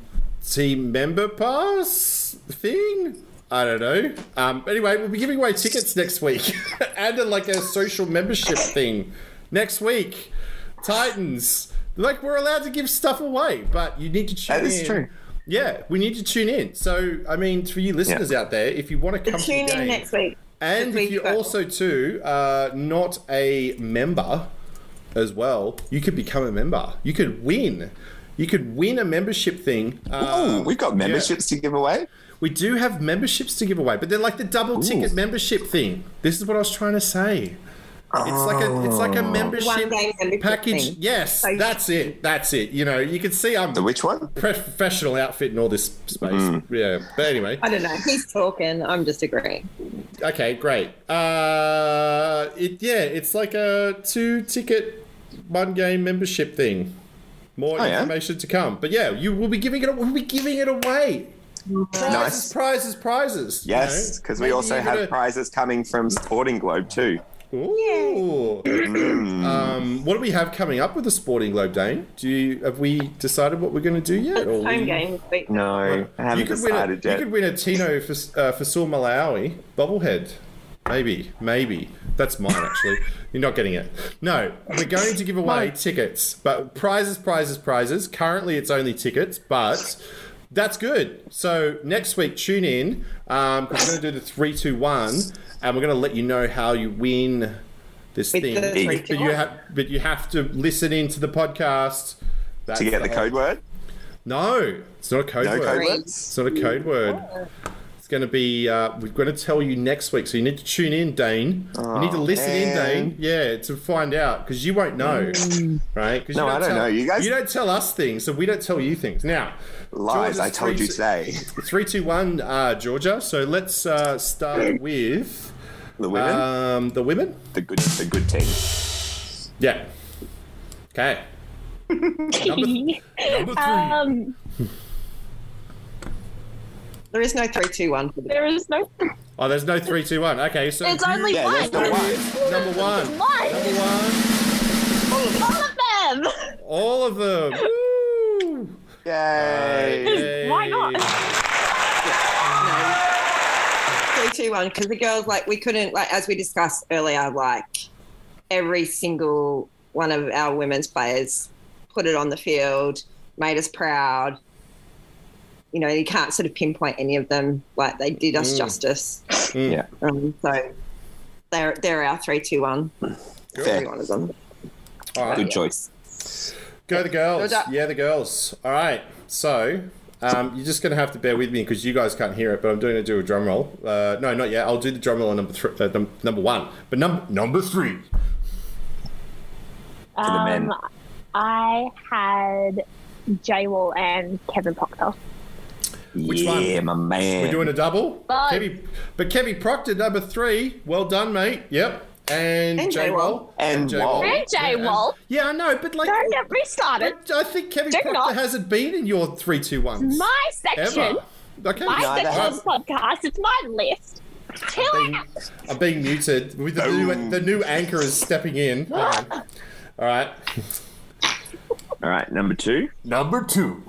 F: team member pass thing. I don't know. Um, but anyway, we'll be giving away tickets next week <laughs> and a, like a social membership thing next week. Titans. Like we're allowed to give stuff away, but you need to tune in.
G: That is true.
F: Yeah, we need to tune in. So, I mean, for you listeners out there, if you want to come
D: Tune
F: to the game,
D: in next week.
F: and if
D: week,
F: you're
D: but-
F: also too uh, not a member as well, you could become a member. You could win. You could win a membership thing.
G: Oh,
F: Uh,
G: we've got memberships to give away.
F: we do have memberships to give away, but they're like the double ticket membership thing. This is what I was trying to say. It's like a it's like a membership
D: game membership
F: package.
D: thing.
F: Yes,
D: So-
F: that's it. That's it. You know, you can see I'm
G: The which one?
F: professional outfit and all this space. Yeah, but anyway.
D: I don't know. He's talking. I'm just agreeing.
F: Okay, great. Uh, it yeah, it's like a two ticket, one game membership thing. More
G: Oh, yeah?
F: information to come, but yeah, you will be giving it. We'll be giving it away. Prizes,
G: Nice.
F: prizes, prizes. you
G: Yes,
F: know?
G: because
F: Maybe
G: we also
F: you're
G: have
F: gonna-
G: prizes coming from Sporting Globe too.
F: Ooh.
G: Mm.
F: um, what do we have coming up with the Sporting Globe, Dane? Do you have we decided what we're going to do yet? or
D: Home
F: we-
D: game this week.
G: No, I haven't
F: You could, win a,
G: decided
F: you
G: yet.
F: could win a Tino for uh, Fasul Malawi bobblehead. Maybe, maybe. That's mine, actually. <laughs> You're not getting it. No, we're going to give away tickets, but prizes, prizes, prizes. Currently, it's only tickets, but that's good. So next week, tune in. Um, 'cause we're going to do the three, two, one, and we're going to let you know how you win this
D: With
F: thing.
D: the three,
F: but
D: two,
F: you
D: one.
F: have, but you have to listen in to the podcast. That's
G: to get the
F: whole-
G: code word.
F: No, it's not a code
G: No
F: word.
G: code
F: It's
G: words.
F: not a code word. It's going to be, uh, we're going to tell you next week. So you need to tune in, Dane. you need to
G: Oh,
F: listen in,
G: man. Mm.
F: Dane. Yeah, to find out because you won't know, right? 'Cause you
G: No, I don't
F: tell-
G: know. You guys-
F: You don't tell us things, so we don't tell you things. Now,
G: Lies,
F: Georgia's
G: I told
F: three
G: you
F: to-
G: today.
F: Three, two, one, uh, Georgia. So let's uh, start with
G: <laughs> The women,
F: um, the women.
G: the good, the good team.
F: Yeah. Okay.
B: <laughs>
F: Number, number three.
B: um,
D: There is no three, two, one for the
B: there is no.
F: oh, there's no three, two, one. Okay, so
B: It's only
G: Yeah,
B: one.
G: there's the one.
F: number one.
B: One. All of
F: Number one.
B: them.
F: All of them. Woo!
G: Yay!
F: Yay.
B: Why not?
D: three, two, one. Because the girls, like, we couldn't, like, as we discussed earlier, like, every single one of our women's players put it on the field, made us proud. You know, you can't sort of pinpoint any of them. Like, they did us
F: Mm.
D: justice.
F: Mm.
G: Yeah.
D: Um, so they're they're our three, two, one. Every
G: Fair.
D: one of them.
F: All right.
G: Good choice.
F: Go the girls.
D: Georgia.
F: Yeah, the girls. All right. So um, you're just going to have to bear with me because you guys can't hear it, but I'm going to do a drum roll. Uh, no, not yet. I'll do the drum roll on number three, uh, num- number one, but number number three.
G: To the men.
B: Um, I had J Wall and Kevin Proctor.
F: Which
G: yeah, my man.
F: We're doing a double.
B: Bye.
F: Kevy, but Kevy Proctor, number three. Well done, mate. Yep. And,
D: And
F: J Wall.
D: J-Wall.
G: And
F: J-Wall.
G: Wall.
B: And J-Wall.
F: Yeah, I know, but like,
B: Don't get me started.
F: I think Kevy
B: Do
F: Proctor
B: not.
F: hasn't been in your three, two, ones.
B: My
F: ever.
B: section.
F: Okay.
B: My
G: No, they
B: section of
G: haven't.
B: the podcast. It's my list. Chill
F: being-
B: out.
F: I'm being muted. With the, new,
G: Boom.
F: the new anchor is stepping in. Um, all right.
G: All right, number two.
F: Number two.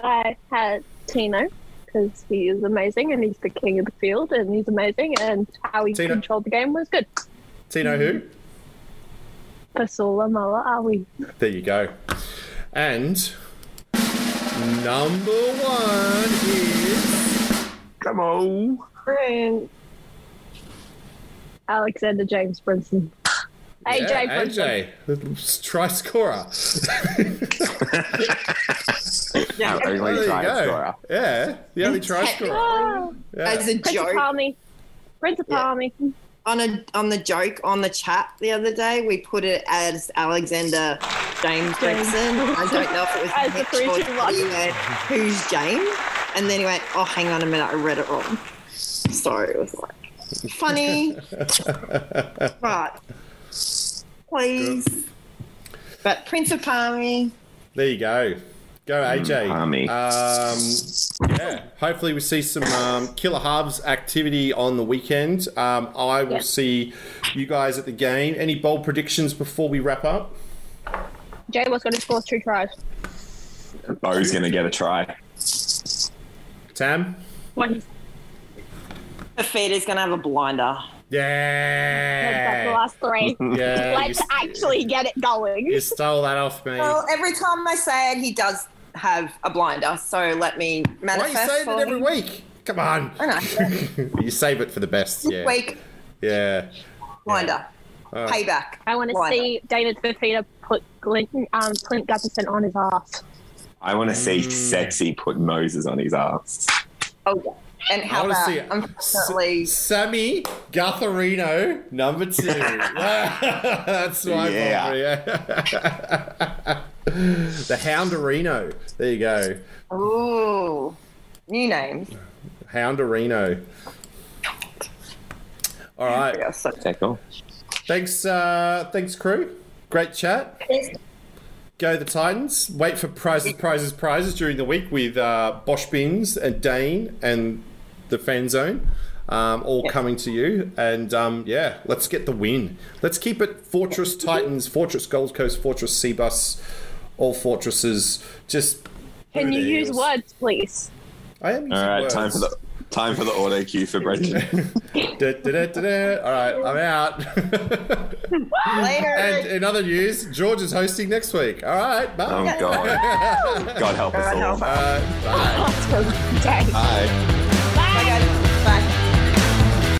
B: I had Tino because he is amazing and he's the king of the field and he's amazing and how he
F: Tino.
B: controlled the game was good.
F: Tino who?
B: Pasula Mala Awi.
F: There you go. And number one is
G: Come on.
D: Brilliant.
B: Alexander James Brinson. AJ
F: Yeah,
B: Brinson.
F: AJ, try scorer.
D: Yeah.
G: Our
F: <laughs> There
G: only
F: you
G: try
F: go.
G: scorer.
F: Yeah, the only try scorer.
B: Oh,
F: Yeah.
D: As a
B: Prince of
D: joke,
B: Palmy. Prince of
D: Yeah.
B: Palmy.
D: on a on the joke on the chat the other day, we put it as Alexander James Brixton. I don't know if <laughs> it was
B: As the
D: Mitch
B: three,
D: or
B: two, one.
D: he went, who's James? And then he went, oh, hang on a minute, I read it wrong. So it was like
F: <laughs>
D: funny, but please. But Prince of Palmy,
F: There you go. Go AJ.
G: Army.
F: Um, yeah. Hopefully we see some um, Killer Halves activity on the weekend. Um, I will
B: Yeah.
F: see you guys at the game. Any bold predictions before we wrap up?
B: Jay was going to score two tries.
G: Bo's gonna get a try.
F: Tam.
B: One.
D: Fafita's going to have a blinder.
F: Yeah.
B: The last three.
F: <laughs> Yeah. You,
B: Let's actually get it
F: you
B: going.
F: stole that off me.
D: Well, every time I say it, he does have a blinder. So let me
F: Why are you
D: manifest.
F: saying
D: for
F: it every
D: him.
F: week? Come
D: <laughs>
F: on. <laughs>
D: I know.
F: you save it for the best. Yeah.
D: Week
F: Yeah.
D: blinder.
F: All right.
D: Payback.
B: I want to
D: Why
B: see David Fafita put Clint, um, Clint Gutherson on his ass.
G: I want to see
F: Mm.
G: sexy put Moses on his ass.
D: Oh, yeah. And
F: I
D: how
F: want to
D: about,
F: see it.
D: unfortunately,
F: S- Sammy Gatharino, number two. That's my
G: Yeah.
F: yeah. yeah. <laughs> the Hounderino. There you go.
D: ooh, new names.
F: Hounderino. All right.
D: Yeah, so-
G: Okay, cool.
F: Thanks, uh, thanks, crew. Great chat. Go the Titans. Wait for prizes, prizes, prizes during the week with uh, Bosch Bins and Dane and the Fan Zone, um, all coming to you. And um, yeah, let's get the win. Let's keep it Fortress Titans, Fortrus Gold Coast, Fortress Seabus, all fortresses. Just
B: Can you use
F: what?
B: words, please? <laughs>
F: I am using
G: All right,
F: words.
G: time for the time for the auto cue for Brendan.
F: <laughs> Da, da, da, da, da. All right, I'm out. <laughs>
D: Later.
F: and uh, in other news, George is hosting next week. All right, bye. <laughs>
G: Oh God, God help us all.
F: Uh, bye.
B: Jay.
G: Bye.